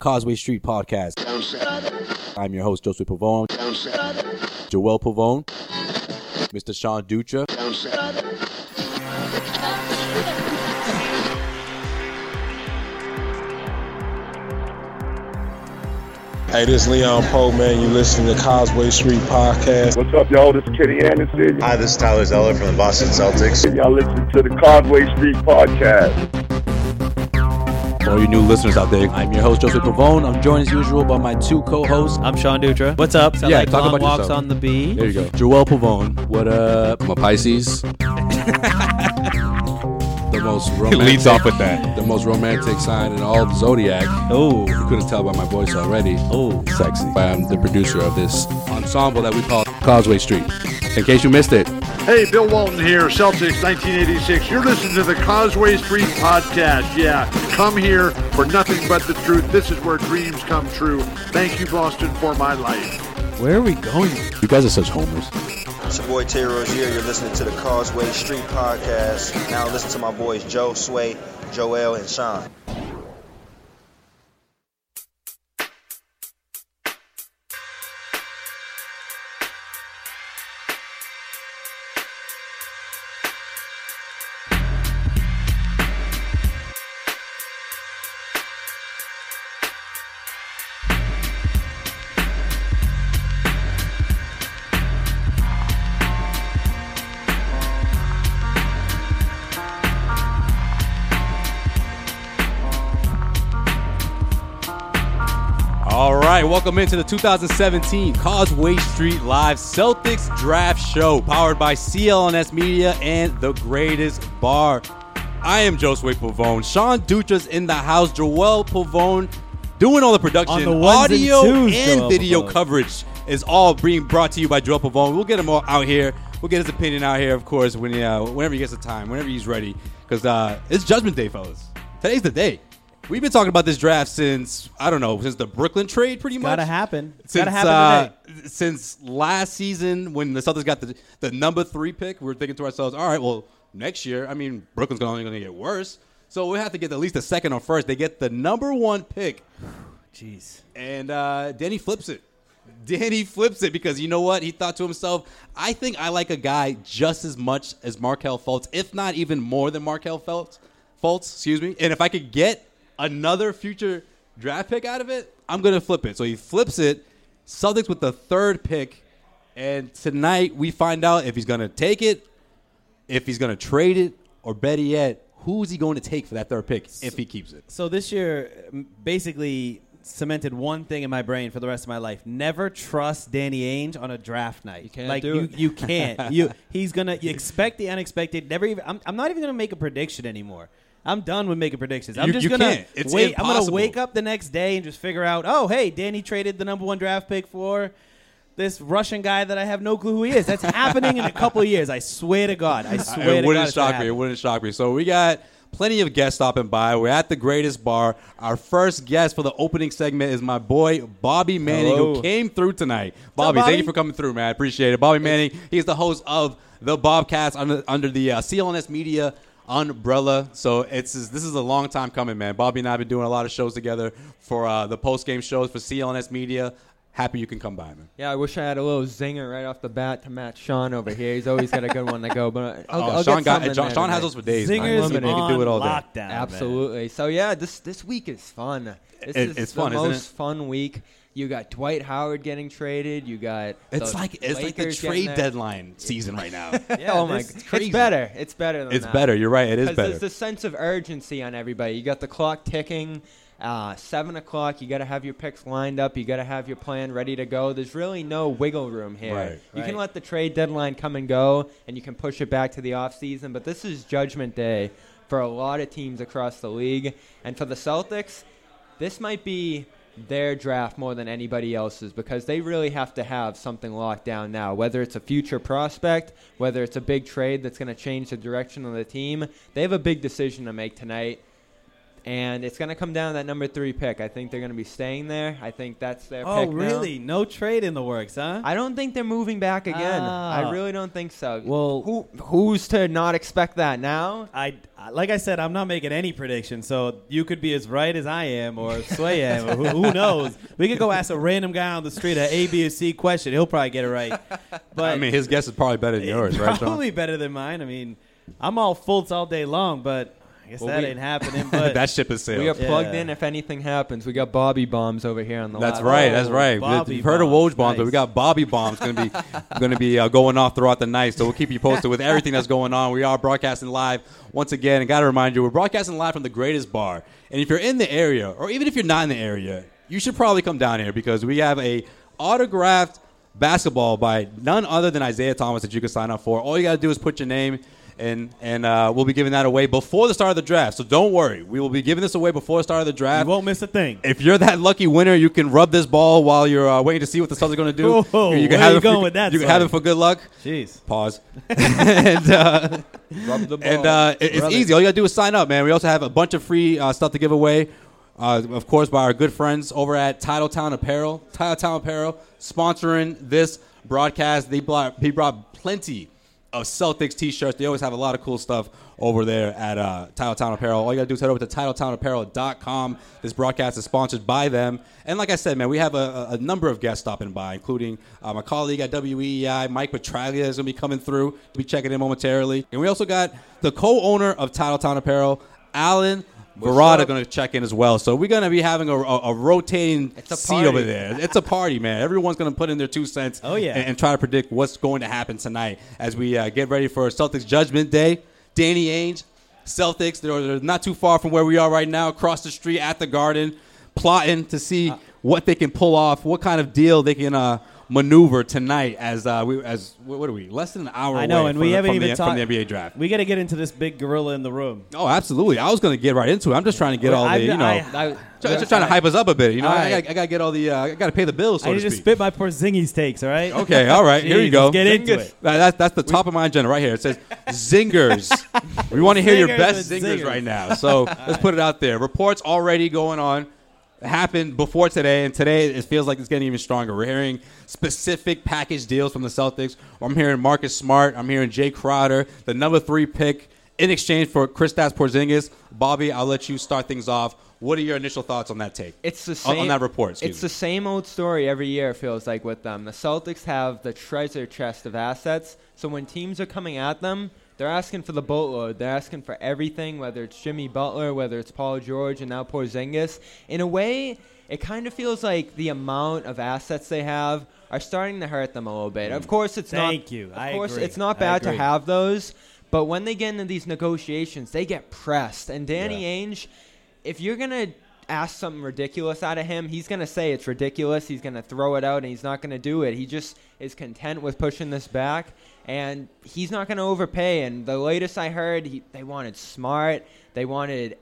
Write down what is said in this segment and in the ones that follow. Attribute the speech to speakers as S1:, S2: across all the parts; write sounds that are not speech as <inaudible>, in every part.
S1: Causeway Street Podcast. I'm your host, Joseph Pavone. Joel Pavone. Mr. Sean Dutra.
S2: Hey, this is Leon Poe, man. You listening to Causeway Street Podcast.
S3: What's up, y'all? This is Kenny Anderson.
S4: Hi, this is Tyler Zeller from the Boston Celtics.
S3: Y'all listen to the Conway Street Podcast.
S1: For all you new listeners out there, I'm your host, Joseph Pavone. I'm joined as usual by my two co-hosts.
S5: I'm Sean Dutra. What's up? So
S1: Yeah,
S5: like
S1: talk
S5: long
S1: about
S5: walks
S1: yourself.
S5: on the bee.
S1: There you go. Joel Pavone. What up?
S6: I'm a Pisces. The most romantic,
S2: leads off with that.
S6: the most romantic sign in all of zodiac.
S5: Oh,
S6: You couldn't tell by my voice already.
S5: oh,
S6: Sexy. I'm the producer of this ensemble that we call Causeway Street. In case you missed it,
S7: Hey, Bill Walton here, Celtics 1986. You're listening to the Causeway Street Podcast. Yeah, come here for nothing but the truth. This is where dreams come true. Thank you, Boston, for my life.
S5: where are we going?
S6: you guys are such homers.
S4: It's your boy Terry Rozier. You're listening to the Causeway Street Podcast. Now listen to my boys Joe, Sway, Joel, and Sean.
S1: All right, welcome into the 2017 Causeway Street Live Celtics Draft Show, powered by CLNS Media and The Greatest Bar. I am Josue Pavone. Sean Dutra's in the house. Joel Pavone doing all the production,
S5: On the ones and
S1: audio
S5: twos,
S1: and
S5: Joel
S1: video
S5: Pavone.
S1: coverage is all being brought to you by Joel Pavone. We'll get him all out here. We'll get his opinion out here, of course, when uh, whenever he gets the time, whenever he's ready, because uh, it's Judgment Day, fellas. Today's the day. We've been talking about this draft since I don't know since the Brooklyn trade, pretty much.
S5: Gotta happen. It's
S1: Since
S5: gotta happen
S1: uh, since last season when the Celtics got the the number three pick, we were thinking to ourselves, all right, well next year, I mean Brooklyn's only going to get worse, so we have to get at least a second or first. They get the number one pick,
S5: today. Jeez.
S1: and uh, Danny flips it. Danny flips it because you know what? He thought to himself, I think I like a guy just as much as Markel Fultz, if not even more than Markel Fultz. Fultz, excuse me. And if I could get another future draft pick out of it, I'm going to flip it. So he flips it. Celtics with the third pick. And tonight we find out if he's going to take it, if he's going to trade it, or better yet, who is he going to take for that third pick if he keeps it?
S5: So this year m- basically cemented one thing in my brain for the rest of my life. Never trust Danny Ainge on a draft night. You
S1: can't
S5: like
S1: do
S5: you,
S1: it.
S5: you can't.
S1: <laughs>
S5: You he's gonna you expect the unexpected. Never even I'm, I'm not even gonna make a prediction anymore. I'm done with making predictions. I'm
S1: You-
S5: just
S1: you
S5: gonna
S1: can't. It's
S5: wait. I'm gonna
S1: impossible.
S5: wake up the next day and just figure out, oh hey, Danny traded the number one draft pick for this Russian guy that I have no clue who he is.
S1: <laughs>
S5: That's happening in a couple of years. I swear to God. I swear to
S1: it
S5: God.
S1: wouldn't
S5: it's gonna
S1: shock me. It
S5: happen.
S1: wouldn't shock me. So we got plenty of guests stopping by. We're at the greatest bar. Our first guest for the opening segment is my boy Bobby Manning,
S5: Hello.
S1: who came through tonight. Bobby,
S5: Bobby?
S1: thank you for coming through, man. I appreciate it. Bobby Manning, he's the host of the Bobcast under, under the uh, CLNS Media umbrella. So it's this is a long time coming, man. Bobby and I have been doing a lot of shows together for uh, the post game shows for CLNS Media. Happy you can come by, man.
S8: Yeah, I wish I had a little zinger right off the bat to match Sean over here. He's always got a good one to go. But I'll,
S1: Oh,
S8: I'll
S1: Sean
S8: get
S1: got-
S8: something
S1: Sean-
S8: there
S1: Sean has
S8: tonight.
S1: those for days, man. Zingers Unlimited. He can do it all day. on lockdown, man.
S8: Absolutely. So yeah, this this week is fun. This
S1: It-
S8: is
S1: it's
S8: the
S1: fun, isn't
S8: most
S1: it?
S8: fun week. You got Dwight Howard getting traded. You got
S1: It's
S8: the
S1: like it's like the
S8: Lakers getting
S1: trade
S8: there.
S1: deadline season right now.
S8: <laughs> Yeah, oh my!
S1: this
S8: g-
S1: is crazy.
S8: It's better. It's better. Than
S1: It's
S8: that.
S1: better. You're right. It is
S8: 'Cause
S1: better.
S8: There's this sense of urgency on everybody. You got the clock ticking. Uh, Seven o'clock. You got to have your picks lined up. You got to have your plan ready to go. There's really no wiggle room here.
S1: Right.
S8: You
S1: Right.
S8: can let the trade deadline come and go, and you can push it back to the off season. But this is judgment day for a lot of teams across the league, and for the Celtics, this might be their draft more than anybody else's because they really have to have something locked down now. Whether it's a future prospect, whether it's a big trade that's going to change the direction of the team, they have a big decision to make tonight. And it's going to come down to that number three pick. I think they're going to be staying there. I think that's their
S9: Oh,
S8: pick. now.
S9: really? No trade in the works, huh?
S8: I don't think they're moving back again.
S9: Ah.
S8: I really don't think so.
S9: Well-
S8: who who's to not expect that now?
S9: I, I- like I said, I'm not making any predictions, so you could be as right as I am or Sway am. or who,
S8: <laughs>
S9: who knows? We could go ask a random guy on the street a A, B, or C question. He'll probably get it
S8: <laughs>
S9: right. But
S1: I mean, his guess is probably better than yours, right, Sean?
S9: probably better than mine. I mean, I'm all Fultz all day long, but I guess
S8: Well,
S9: that
S8: we-
S9: ain't
S1: <laughs>
S9: happening. But
S1: <laughs> that ship is sailed.
S8: We are plugged
S9: Yeah.
S8: in. If anything happens, we got Bobby bombs over here on the.
S1: That's
S8: left.
S1: right. That's right.
S9: Oh, Bobby
S1: You've heard of
S9: bombs.
S1: Woj bombs, but we
S9: Nice.
S1: got Bobby bombs
S9: <laughs>
S1: going to be going to be uh, going off throughout the night. So we'll keep you posted with everything that's going on. We are broadcasting live once again, and got to remind you, we're broadcasting live from the greatest bar. And if you're in the area, or even if you're not in the area, you should probably come down here because we have a autographed basketball by none other than Isaiah Thomas that you can sign up for. All you got to do is put your name. And, and uh, we'll be giving that away before the start of the draft. So don't worry. We will be giving this away before the start of the
S9: you
S1: draft.
S9: won't miss a thing.
S1: If you're that lucky winner, you can rub this ball while you're uh, waiting to see what the Suns are going to do.
S9: Whoa,
S1: you can
S9: Oh, where
S1: have
S9: you
S1: it for-
S9: going with that,
S1: You can have
S9: son?
S1: it for good luck.
S9: Jeez. <laughs>
S1: Pause. <laughs> and uh,
S8: Rub the ball.
S1: and uh, it- it's easy. All you got to do is sign up, man. We also have a bunch of free uh, stuff to give away. Uh, of course, by our good friends over at Titletown Apparel. Titletown Apparel sponsoring this broadcast. They brought, they brought plenty of Celtics t-shirts. They always have a lot of cool stuff over there at uh, Titletown Apparel. All you got to do is head over to TitletownApparel.com. This broadcast is sponsored by them. And like I said, man, we have a- a, a number of guests stopping by, including uh, my colleague at WEEI, Mike Petralia is going to be coming through. We'll be checking in momentarily. And we also got the co-owner of Titletown Apparel, Alan Verada,
S8: up?
S1: going to check in as well. So we're going to be having a, a, a rotating
S8: It's a
S1: seat over
S8: party.
S1: there. It's a party, man. Everyone's going to put in their two cents
S9: Oh, yeah.
S1: and, and try to predict what's going to happen tonight as we uh, get ready for Celtics Judgment Day. Danny Ainge, Celtics, they're, they're not too far from where we are right now, across the street at the Garden, plotting to see
S9: Uh,
S1: what they can pull off, what kind of deal they can uh, maneuver tonight. As uh, we, as what what are we? Less than an hour.
S9: I know,
S1: away
S9: and
S1: from
S9: we
S1: the-
S9: haven't
S1: from
S9: even
S1: the,
S9: talked
S1: from the NBA draft.
S9: We got to get into this big gorilla in the room.
S1: oh, absolutely. I was going to get right into it. I'm just trying to get all the
S9: I've-
S1: you know.
S9: I-
S8: I-
S1: just just trying to hype us up a bit, you know.
S8: All
S1: I,
S8: right.
S1: gotta- I gotta get all the, uh, I gotta pay the bills, so
S9: I
S1: to
S9: need to
S1: speak.
S9: spit my Porzingis takes. All right.
S1: Okay, all right, here
S9: <laughs>
S1: you
S9: Jeez,
S1: go.
S9: let's get into
S8: Porzingis.
S9: it.
S1: That- that's, that's the top of my agenda right here. It says zingers. we want to hear your
S9: Zingers
S1: best
S9: and
S1: zingers
S9: zingers.
S1: right
S8: <laughs>
S1: now. So let's put it out there. Reports already going on happened before today, and today it feels like it's getting even stronger. We're hearing specific package deals from the Celtics. I'm hearing Marcus Smart. I'm hearing Jay Crowder, the number three pick in exchange for Kristaps Porzingis. Bobby, I'll let you start things off. What are your initial thoughts on that take?
S8: It's the
S1: On-
S8: same
S1: on, that report. excuse
S8: It's
S1: me.
S8: the same old story every year. It feels like with them, the Celtics have the treasure chest of assets. So when teams are coming at them, they're asking for the boatload. They're asking for everything, whether it's Jimmy Butler, whether it's Paul George, and now Porzingis. In a way, it kind of feels like the amount of assets they have are starting to hurt them a little bit. Of course, it's not.
S9: Mm. Thank you.
S8: Of
S9: I
S8: course,
S9: agree.
S8: it's not
S9: I
S8: bad to
S9: agree.
S8: have have those. But when they get into these negotiations, they get pressed. And Danny Ainge, if you're gonna ask something ridiculous out of him, he's gonna say it's ridiculous. He's gonna throw it out, and he's not gonna do it. He just is content with pushing this back, and he's not gonna overpay. And the latest I heard, he, they wanted Smart, they wanted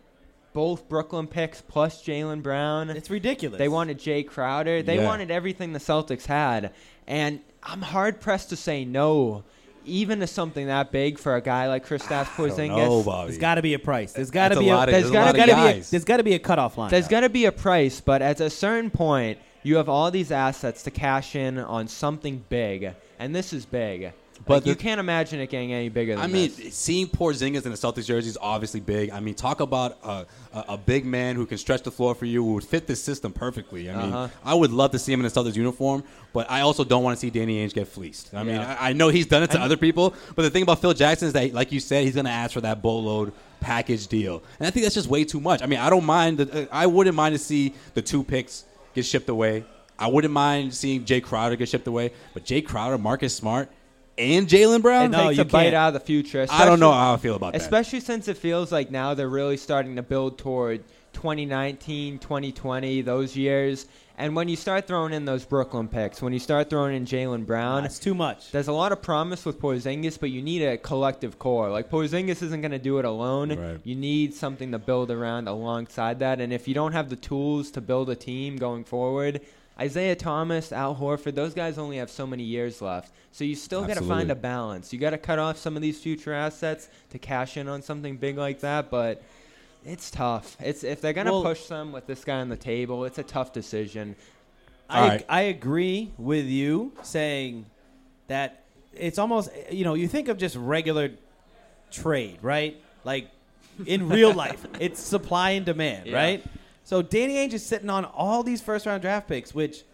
S8: both Brooklyn picks plus Jalen Brown.
S9: It's ridiculous.
S8: They wanted Jay Crowder. They
S1: Yeah.
S8: wanted everything the Celtics had. And I'm hard pressed to say no, even to something that big for a guy like Kristaps Porzingis.
S1: no, Bobby.
S9: There's got to be a price. There's got to
S1: That's a
S9: be.
S1: lot of-
S8: there's
S9: there's
S8: a
S9: got
S8: lot
S9: to
S8: of
S9: be. A,
S1: guys.
S9: there's got to be a cutoff line.
S8: There's got to be a price, but at a certain point, you have all these assets to cash in on something big, and this is big. But
S1: But the-
S8: you can't imagine it getting any bigger than
S1: I mean,
S8: this.
S1: seeing Porzingis in the Celtics jersey is obviously big. I mean, talk about a, a, a big man who can stretch the floor for you, who would fit this system perfectly. I mean,
S8: Uh-huh.
S1: I would love to see him in a Celtics uniform, but I also don't want to see Danny Ainge get fleeced. I mean,
S8: Yeah.
S1: I, I know he's done it to other people, but the thing about Phil Jackson is that, like you said, he's going to ask for that boatload package deal, and I think that's just way too much. I mean, I don't mind. The, uh, I wouldn't mind to see the two picks get shipped away. I wouldn't mind seeing Jay Crowder get shipped away, but Jay Crowder, Marcus Smart, and Jalen Brown.
S8: It takes a bite out of the future.
S1: I don't know
S8: especially-
S1: how I feel about that.
S8: Especially since it feels like now they're really starting to build toward 2019, 2020, those years. And when you start throwing in those Brooklyn picks, when you start throwing in Jalen Brown,
S5: That's too much.
S8: there's a lot of promise with Porzingis, but you need a collective core. Like Porzingis isn't going to do it alone.
S1: Right.
S8: You need something to build around alongside that. And if you don't have the tools to build a team going forward, Isaiah Thomas, Al Horford, those guys only have so many years left. So you still got to find
S1: Absolutely.
S8: a balance. You got to cut off some of these future assets to cash in on something big like that, but it's tough. It's if they're going to
S5: Well-
S8: push some with this guy on the table, it's a tough decision.
S5: I,
S1: All right.
S5: I agree with you saying that it's almost you know you think of just regular trade right like in
S8: <laughs>
S5: real life it's supply and demand
S8: Yeah.
S5: right so Danny Ainge is sitting on all these first round draft picks which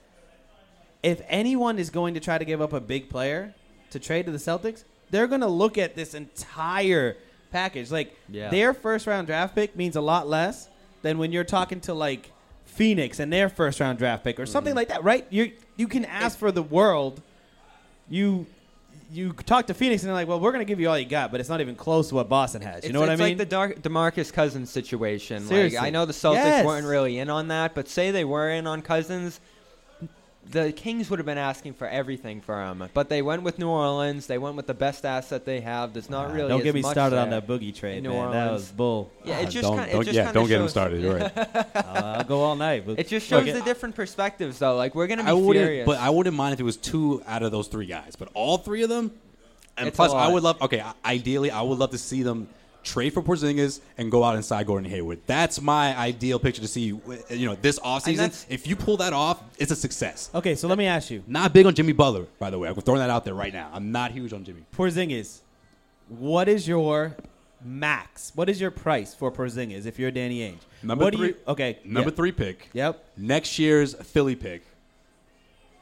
S5: if anyone is going to try to give up a big player to trade to the Celtics they're going to look at this entire package like
S8: Yeah.
S5: their first round draft pick means a lot less than when you're talking to like Phoenix and their first round draft pick or something like that, right? You you can ask for the world. You you talk to Phoenix and they're like, "Well, we're going to give you all you got, but it's not even close to what Boston has." You
S8: It's-
S5: know what I
S8: it's
S5: mean?
S8: like the Dar- Demarcus Cousins situation.
S5: Seriously.
S8: Like I know the Celtics
S5: Yes.
S8: weren't really in on that, but say they were in on Cousins, the Kings would have been asking for everything for him. But they went with New Orleans. They went with the best asset they have. There's not really.
S5: Don't
S8: as
S5: get me
S8: much
S5: started on
S8: there.
S5: that boogie trade,
S8: in New
S5: man. That
S8: Orleans.
S5: was bull.
S8: Yeah, it just
S1: don't,
S8: kinda, it
S1: don't-
S8: just
S1: yeah,
S8: kinda
S1: don't get him
S8: shows- <laughs>
S1: started. You're right.
S5: <laughs> I'll go all night. but-
S8: It just shows
S5: Look,
S8: the different perspectives, though. Like we're gonna be
S1: I wouldn't,
S8: furious.
S1: but I wouldn't mind if it was two out of those three guys, but all three of them. And
S8: It's a
S1: plus, I
S8: lot.
S1: would love. Okay, I- ideally, I would love to see them trade for Porzingis and go out and sign Gordon Hayward. That's my ideal picture to see. You know,
S8: that's-
S1: this offseason, if you pull that off, it's a success.
S5: Okay, so let me ask you.
S1: Not big on Jimmy Butler, by the way. I'm throwing that out there right now. I'm not huge on Jimmy.
S5: Porzingis, what is your max? What is your price for Porzingis if you're Danny Ainge?
S1: Number
S5: what
S1: three.
S5: Do you, okay.
S1: Number
S5: yeah.
S1: three pick.
S5: Yep.
S1: Next year's Philly pick.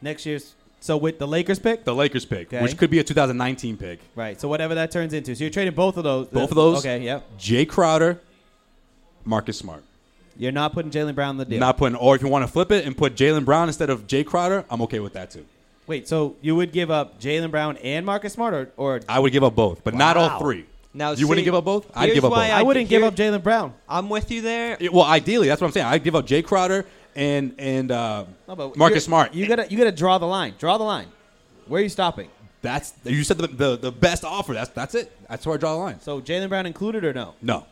S5: Next year's. So with the Lakers pick,
S1: The Lakers pick,
S5: Okay.
S1: which could be a 2019 pick.
S5: Right. So whatever that turns into. So you're trading both of those.
S1: Both of those.
S5: Okay. Yep.
S1: Jay Crowder, Marcus Smart.
S5: You're not putting Jalen Brown in the deal.
S1: Not putting, or if you want to flip it and put Jalen Brown instead of Jay Crowder, I'm okay with that too.
S5: Wait. So you would give up Jalen Brown and Marcus Smart, or, or
S1: I would give up both, but not all
S5: Wow.
S1: three.
S8: Now,
S1: you wouldn't
S8: see,
S1: give up both. I'd
S8: here's
S1: give up both.
S8: why
S5: I,
S8: I-
S5: wouldn't
S8: here-
S5: give up Jalen Brown.
S8: I'm with you there.
S1: It- well, ideally, that's what I'm saying. I'd give up Jay Crowder and and uh,
S5: No, but you're-
S1: Marcus Smart.
S5: You gotta you gotta draw the line. Draw the line. Where are you stopping?
S1: that's you said the, the the best offer. That's that's it. That's where I draw the line.
S5: So Jalen Brown included or no?
S1: No,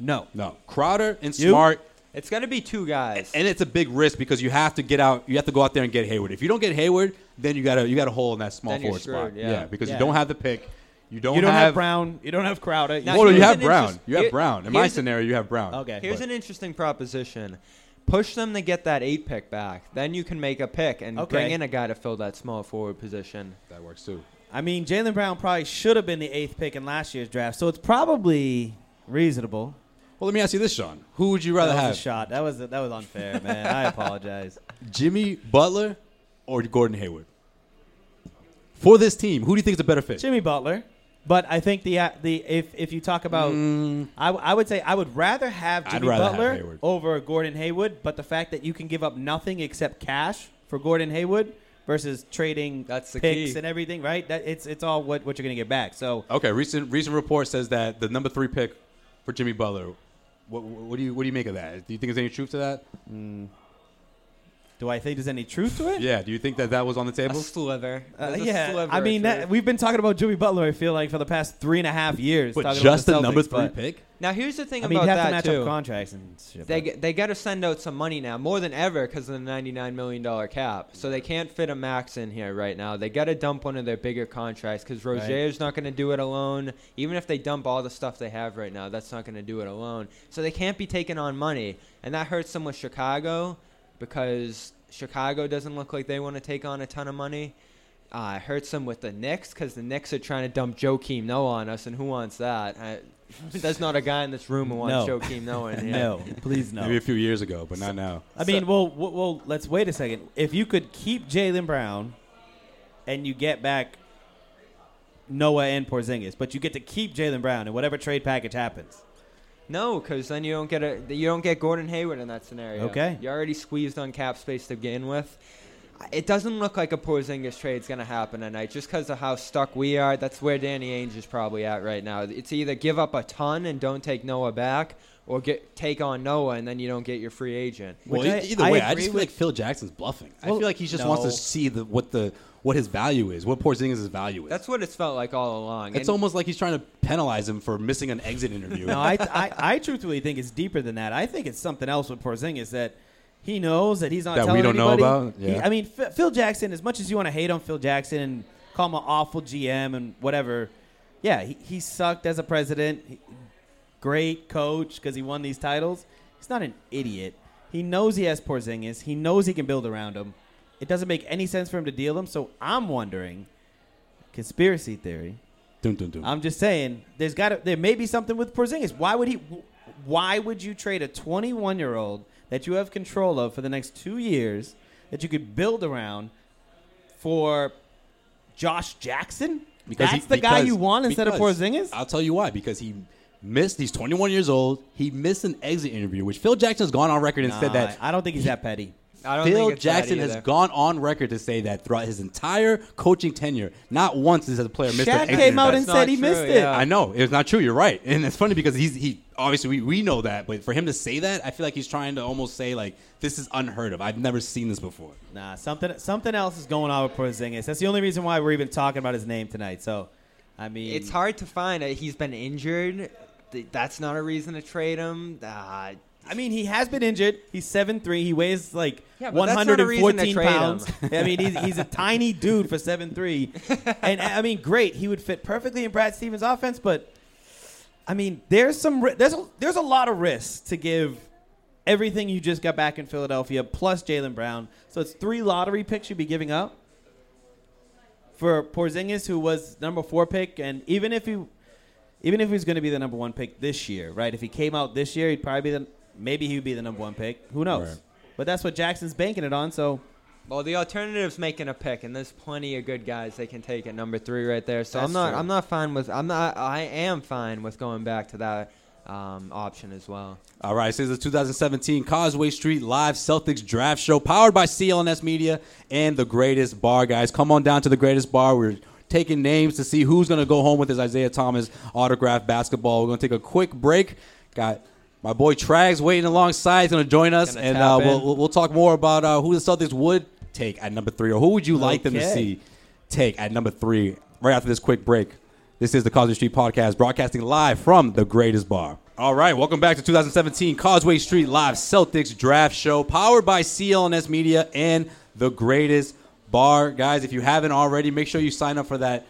S5: No.
S1: no. Crowder and
S5: You?
S1: Smart.
S8: It's gotta be two guys.
S1: And it's a big risk because you have to get out. You have to go out there and get Hayward. If you don't get Hayward, then you got to you got a hole in that small
S8: Then you're
S1: forward spot.
S8: screwed, yeah.
S1: because
S5: Yeah.
S1: you don't have the pick. You don't,
S5: You don't have,
S1: have
S5: Brown. You don't have Crowder.
S8: Now,
S1: Well, no, you
S8: here's
S1: have
S8: an
S1: Brown.
S8: interest-
S1: you have
S8: here-
S1: Brown. In my
S8: here's-
S1: scenario, you have Brown.
S5: Okay.
S8: Here's
S5: but-
S8: an interesting proposition. Push them to get that eight pick back. Then you can make a pick and bring
S5: Okay.
S8: in a guy to fill that small forward position.
S1: That works too.
S5: I mean, Jalen Brown probably should have been the eighth pick in last year's draft, so it's probably reasonable.
S1: Well, let me ask you this, Sean. Who would you rather
S5: That was
S1: have,
S5: a shot. That was that was unfair, man.
S1: <laughs>
S5: I apologize.
S1: Jimmy Butler or Gordon Hayward? For this team, who do you think is a better fit?
S5: Jimmy Butler. But I think the uh, the if if you talk about, I, I would say I would rather have
S1: Mm. I'd
S5: Jimmy
S1: rather have
S5: Butler
S1: Hayward.
S5: over Gordon Haywood. But the fact that you can give up nothing except cash for Gordon Haywood versus trading
S8: That's the
S5: picks
S8: key.
S5: and everything, right? That it's it's all what, what you're gonna get back. So
S1: Okay, recent recent report says that the number three pick for Jimmy Butler. What, what do you what do you make of that? Do you think there's any truth to that?
S5: do I think there's any truth to it?
S1: Yeah. Do you think that that was on the
S8: A
S1: table?
S8: sliver.
S5: Uh,
S8: There's a
S5: yeah,
S8: sliver
S5: I
S8: of
S5: mean that,
S8: truth.
S5: we've been talking about Jimmy Butler. I feel like for the past three and a half years,
S1: But
S5: talking
S1: just
S5: about
S1: the number
S5: Celtics,
S1: three
S5: but-
S1: pick.
S8: Now here's the thing
S5: I mean, you
S8: about
S5: have to
S8: that
S5: match
S8: too.
S5: up contracts and shit.
S8: They
S5: but-
S8: g- they got to send out some money now, more than ever, because of the ninety-nine million dollar cap. So they can't fit a max in here right now. They got to dump one of their bigger contracts because Rozier's not going to do it alone. Even if they dump all the stuff they have right now, that's not going to do it alone. So they can't be taking on money, and that hurts them with Chicago because Chicago doesn't look like they want to take on a ton of money. uh, hurts them with the Knicks because the Knicks are trying to dump Joakim Noah on us, and who wants that? I, <laughs> there's not a guy in this room who wants
S5: No.
S8: Joakim Noah
S5: <laughs>
S8: in here.
S5: No, please no.
S1: Maybe a few years ago, but not now.
S5: I mean, well, well, well, let's wait a second. If you could keep Jalen Brown, and you get back Noah and Porzingis, but you get to keep Jalen Brown in whatever trade package happens.
S8: No, because then you don't get a you don't get Gordon Hayward in that scenario.
S5: Okay.
S8: you're already squeezed on cap space to begin with. It doesn't look like a Porzingis trade's going to happen tonight, just because of how stuck we are. That's where Danny Ainge is probably at right now. It's either give up a ton and don't take Noah back, or get take on Noah and then you don't get your free agent.
S1: Well,
S5: Which I-
S1: e- either
S5: I
S1: way, I
S5: agree
S1: just feel
S5: with-
S1: like Phil Jackson's bluffing. I
S5: Well,
S1: feel like he just wants to
S5: no.
S1: see the, what the what his value is, what Porzingis' value is.
S8: That's what it's felt like all along.
S1: it's
S8: And-
S1: almost like he's trying to penalize him for missing an exit interview.
S5: No, I, I, I truthfully think it's deeper than that. I think it's something else with Porzingis that he knows that he's not
S1: That we
S5: telling
S1: don't know
S5: anybody.
S1: about?
S5: He-
S1: Yeah.
S5: I mean, Ph- Phil Jackson. As much as you want to hate on Phil Jackson and call him an awful GM and whatever, yeah, he, he sucked as a president. He- great coach because he won these titles. He's not an idiot. He knows he has Porzingis. He knows he can build around him. It doesn't make any sense for him to deal him. So I'm wondering, conspiracy theory.
S1: <laughs> Dun, dun, dun.
S5: I'm just saying, there's got to there may be something with Porzingis. Why would he? wh- Why would you trade a 21 year old that you have control of for the next two years that you could build around for Josh Jackson?
S1: Because
S5: that's
S1: he-
S5: the guy
S1: because-
S5: you want instead of
S1: because-
S5: Porzingis.
S1: I'll tell you why. Because he missed. He's 21 years old. He missed an exit interview, which Phil Jackson's gone on record and said
S5: Nah,
S1: that.
S5: I don't think he's that petty.
S8: I don't
S1: Phil
S8: think it's that
S1: Jackson has
S8: either.
S1: gone on record to say that throughout his entire coaching tenure, not once has a player missed an
S5: Shaq
S1: exit
S5: came out and
S1: interview.
S8: That's not
S5: said he
S8: true,
S5: missed it.
S8: yeah.
S1: I know it's not true. You're right, and it's funny because he's he obviously we, we know that, but for him to say that, I feel like he's trying to almost say like this is unheard of. I've never seen this before.
S5: Nah, something something else is going on with Porzingis. That's the only reason why we're even talking about his name tonight. So, I mean,
S8: It's hard to find. Uh, He's been injured. Th- That's not a reason to trade him. Uh,
S5: I mean, he has been injured. He's seven three. He weighs like
S8: Yeah, but that's not a reason
S5: 114
S8: to trade
S5: pounds. <laughs> I mean, he's, he's a tiny dude for seven
S8: <laughs>
S5: three, and I mean, great. He would fit perfectly in Brad Stevens' offense, but I mean, there's some ri- there's a, there's a lot of risks to give everything you just got back in Philadelphia plus Jalen Brown. So it's three lottery picks you'd be giving up for Porzingis, who was number four pick, and even if he even if he was going to be the number one pick this year, right? If he came out this year, he'd probably be the maybe he would be the number one pick. Who knows?
S1: Right.
S5: But that's what Jackson's banking it on. So
S8: well, the alternative's making a pick, and there's plenty of good guys they can take at number three right there. So
S5: That's
S8: I'm not.
S5: true.
S8: I'm not fine with. I'm not. I am fine with going back to that um, option as well.
S1: All right, this is the 2017 Causeway Street Live Celtics Draft Show, powered by CLNS Media and the Greatest Bar, guys. Come on down to the Greatest Bar. We're taking names to see who's going to go home with his Isaiah Thomas autograph basketball. We're going to take a quick break. Got my boy Trags waiting alongside. He's going to join us,
S8: Gonna
S1: and
S8: tap
S1: uh, we'll,
S8: in.
S1: we'll- we'll talk more about uh, who the Celtics would take at number three, or who would you like them to
S5: Okay.
S1: see take at number three. Right after this quick break. This is the Causeway Street Podcast, broadcasting live from the Greatest Bar. All right, welcome back to 2017 Causeway Street Live Celtics Draft Show, powered by CLNS Media and the Greatest Bar. Guys, if you haven't already, make sure you sign up for that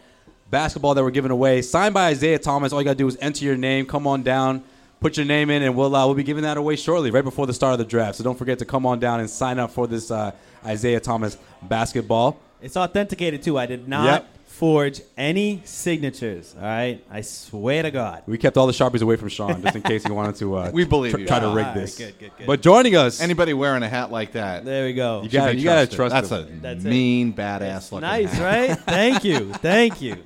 S1: basketball that we're giving away, signed by Isaiah Thomas. All you gotta do is enter your name, come on down, put your name in, and we'll uh, we'll be giving that away shortly, right before the start of the draft. So don't forget to come on down and sign up for this uh, Isaiah Thomas basketball.
S5: it's authenticated too. I did not
S1: Yep.
S5: forge any signatures. All right, I swear to God.
S1: We kept all the sharpies away from Sean just in case he wanted to. Uh,
S10: <laughs> We believe
S1: tr-
S10: you.
S1: try to
S10: Oh,
S1: rig
S5: all right,
S1: this.
S5: Ah, good, good, good.
S1: But joining us,
S10: Anybody wearing a hat like that,
S5: There we go.
S1: You gotta-
S10: should be
S1: gotta
S10: trusted.
S1: trust
S10: That's
S1: him.
S10: a
S5: That's it.
S10: mean, badass looking.
S5: nice,
S10: hat.
S5: right? Thank you, thank you.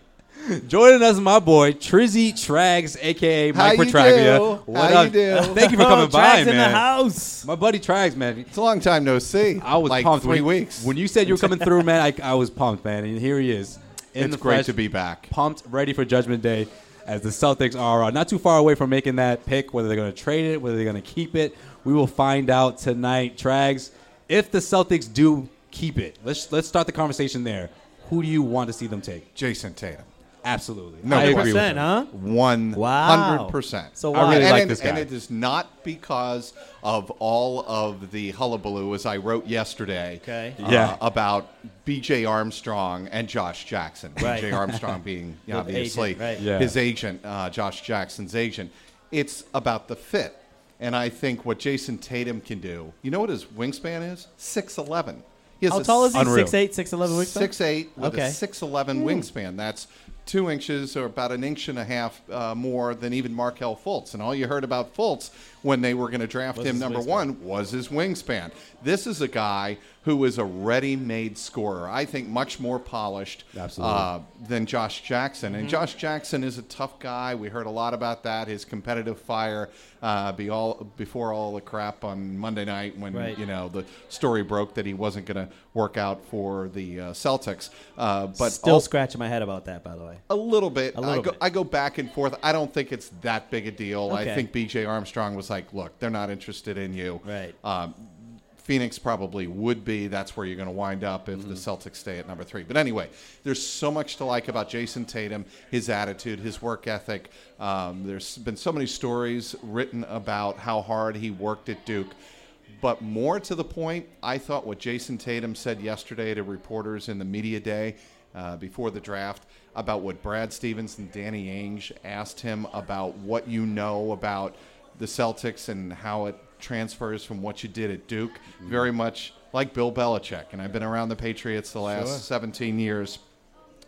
S1: joining us, my boy Trizzy Trags, aka
S10: How
S1: Mike
S10: you
S1: Petraglia.
S10: do? How you do?
S1: <laughs> Thank you for
S5: Oh,
S1: coming by,
S5: Jack's in the
S1: man.
S5: house.
S1: My buddy Trags, man.
S10: It's a long time no see.
S1: I was
S10: like
S1: pumped
S10: three
S1: when,
S10: weeks.
S1: when you said you were coming through, man. I, I was pumped, man, and here he is. in
S10: it's
S1: the
S10: great
S1: fresh,
S10: to be back.
S1: Pumped, ready for Judgment Day, as the Celtics are uh, not too far away from making that pick. Whether they're going to trade it, whether they're going to keep it, we will find out tonight. Trags, if the Celtics do keep it, let's let's start the conversation there. Who do you want to see them take?
S10: Jason Tatum.
S1: Absolutely,
S10: No
S1: I agree
S10: question.
S1: with
S5: Percent,
S1: you.
S5: huh?
S10: One
S5: Wow.
S10: hundred percent.
S5: So I why? really
S10: and,
S1: like
S10: it-
S1: this guy.
S10: And it is not because of all of the hullabaloo, as I wrote yesterday.
S5: Okay.
S10: uh,
S1: Yeah.
S10: About B.J. Armstrong and Josh Jackson.
S5: Right.
S1: <laughs>
S10: B.J. Armstrong being you know,
S5: His
S10: obviously
S5: agent, right.
S1: Yeah.
S10: his agent, uh, Josh Jackson's agent. It's about the fit. And I think what Jason Tatum can do, you know what his wingspan is? 6'11. He has
S5: How
S10: a
S5: tall is he?
S10: unreal.
S5: 6'8", 6'11" wingspan?
S10: Six eight with
S5: Okay.
S10: a six eleven
S5: Hmm.
S10: wingspan. That's two inches or about an inch and a half uh, more than even Markel Fultz. And all you heard about Fultz when they were going to draft
S7: Was
S10: him
S7: his
S10: number
S7: wingspan.
S10: one was his wingspan. This is a guy who is a ready-made scorer. I think much more polished
S7: Absolutely.
S10: uh, than Josh Jackson. And
S7: Mhm.
S10: Josh Jackson is a tough guy. We heard a lot about that. His competitive fire uh, be all, before all the crap on Monday night when
S7: Right.
S10: you know the story broke that he wasn't going to work out for the uh, Celtics. Uh, but Oh.
S5: Still
S10: also-
S5: scratching my head about that, by the way.
S10: a little bit.
S5: A little
S10: I, go, I go back and forth. I don't think it's that big a deal.
S5: Okay.
S10: I think BJ Armstrong was like, look, they're not interested in you. Right. Um, Phoenix probably would be. That's where you're going to wind up if the Celtics stay at number three. But anyway, there's so much to like about Jason Tatum, his attitude, his work ethic. Um, there's been so many stories written about how hard he worked at Duke. But more to the point, I thought what Jason Tatum said yesterday to reporters in the media day uh, before the draft about what Brad Stevens and Danny Ainge asked him about what you know about the Celtics and how it transfers from what you did at Duke, very much like Bill Belichick. And I've been around the Patriots the last
S7: Sure.
S10: 17 years.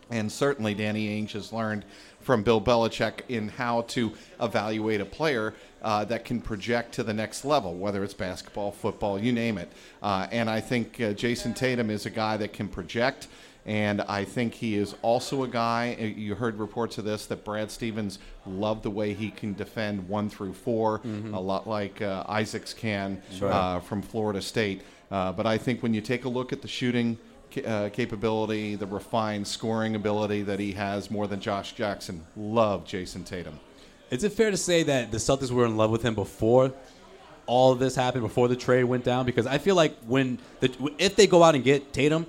S10: And certainly, Danny Ainge has learned from Bill Belichick in how to evaluate a player uh, that can project to the next level, whether it's basketball, football, you name it. Uh, and I think uh, Jason Tatum is a guy that can project. And I think he is also a guy. uh, You heard reports of this that Brad Stevens loved the way he can defend one through 4 a lot like uh, Isaacs can
S7: Sure.
S10: uh, from Florida State. Uh, but I think when you take a look at the shooting ca- uh, capability, the refined scoring ability that he has more than Josh Jackson, love Jason Tatum.
S1: Is it fair to say that the Celtics were in love with him before all of this happened, before the trade went down? Because I feel like when the, if they go out and get Tatum,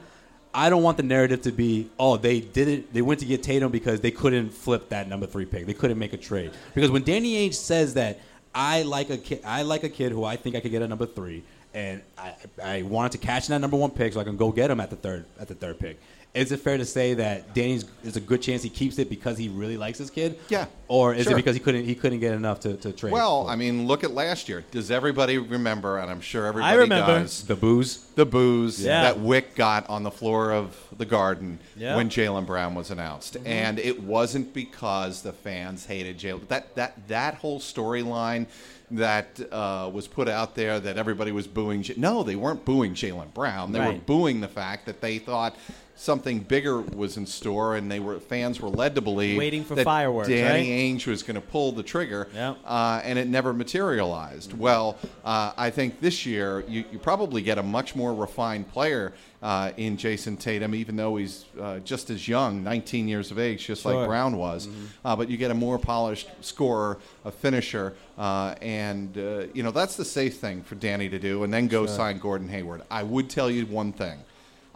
S1: I don't want the narrative to be, oh, they didn't, they went to get Tatum because they couldn't flip that number three pick, they couldn't make a trade. Because when Danny Ainge says that, I like a kid, I like a kid who I think I could get at number three, and I, I wanted to catch that number one pick so I can go get him at the third at the third pick. Is it fair to say that Danny's is a good chance he keeps it because he really likes his kid?
S10: Yeah,
S1: Or is it
S10: sure.
S1: because he couldn't he couldn't get enough to, to trade?
S10: Well, I mean, look at last year. Does everybody remember? And I'm sure everybody
S1: remember.
S10: does.
S1: The booze.
S10: The booze
S1: Yeah.
S10: that Wick got on the floor of the garden
S7: Yeah.
S10: when Jalen Brown was announced.
S5: Mm-hmm.
S7: Mhm.
S10: And it wasn't because the fans hated Jalen. That, that, that whole storyline that uh, was put out there that everybody was booing. J- No, they weren't booing Jalen Brown. They were
S7: Right.
S10: booing the fact that they thought. Something bigger was in store, and they were fans were led to believe
S5: Waiting for
S10: that
S5: fireworks,
S10: Danny
S5: right?
S10: Ainge was going to pull the trigger, uh, and it never materialized.
S7: Mm-hmm.
S10: Well, uh, I think this year you, you probably get a much more refined player uh, in Jason Tatum, even though he's uh, just as young, 19 years of age, just
S7: Sure. Mm-hmm.
S10: like Brown was. Uh, but you get a more polished scorer, a finisher, uh, and uh, you know that's the safe thing for Danny to do, and then go
S7: Sure.
S10: sign Gordon Hayward. I would tell you one thing.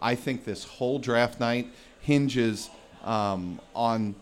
S10: I think this whole draft night hinges um, on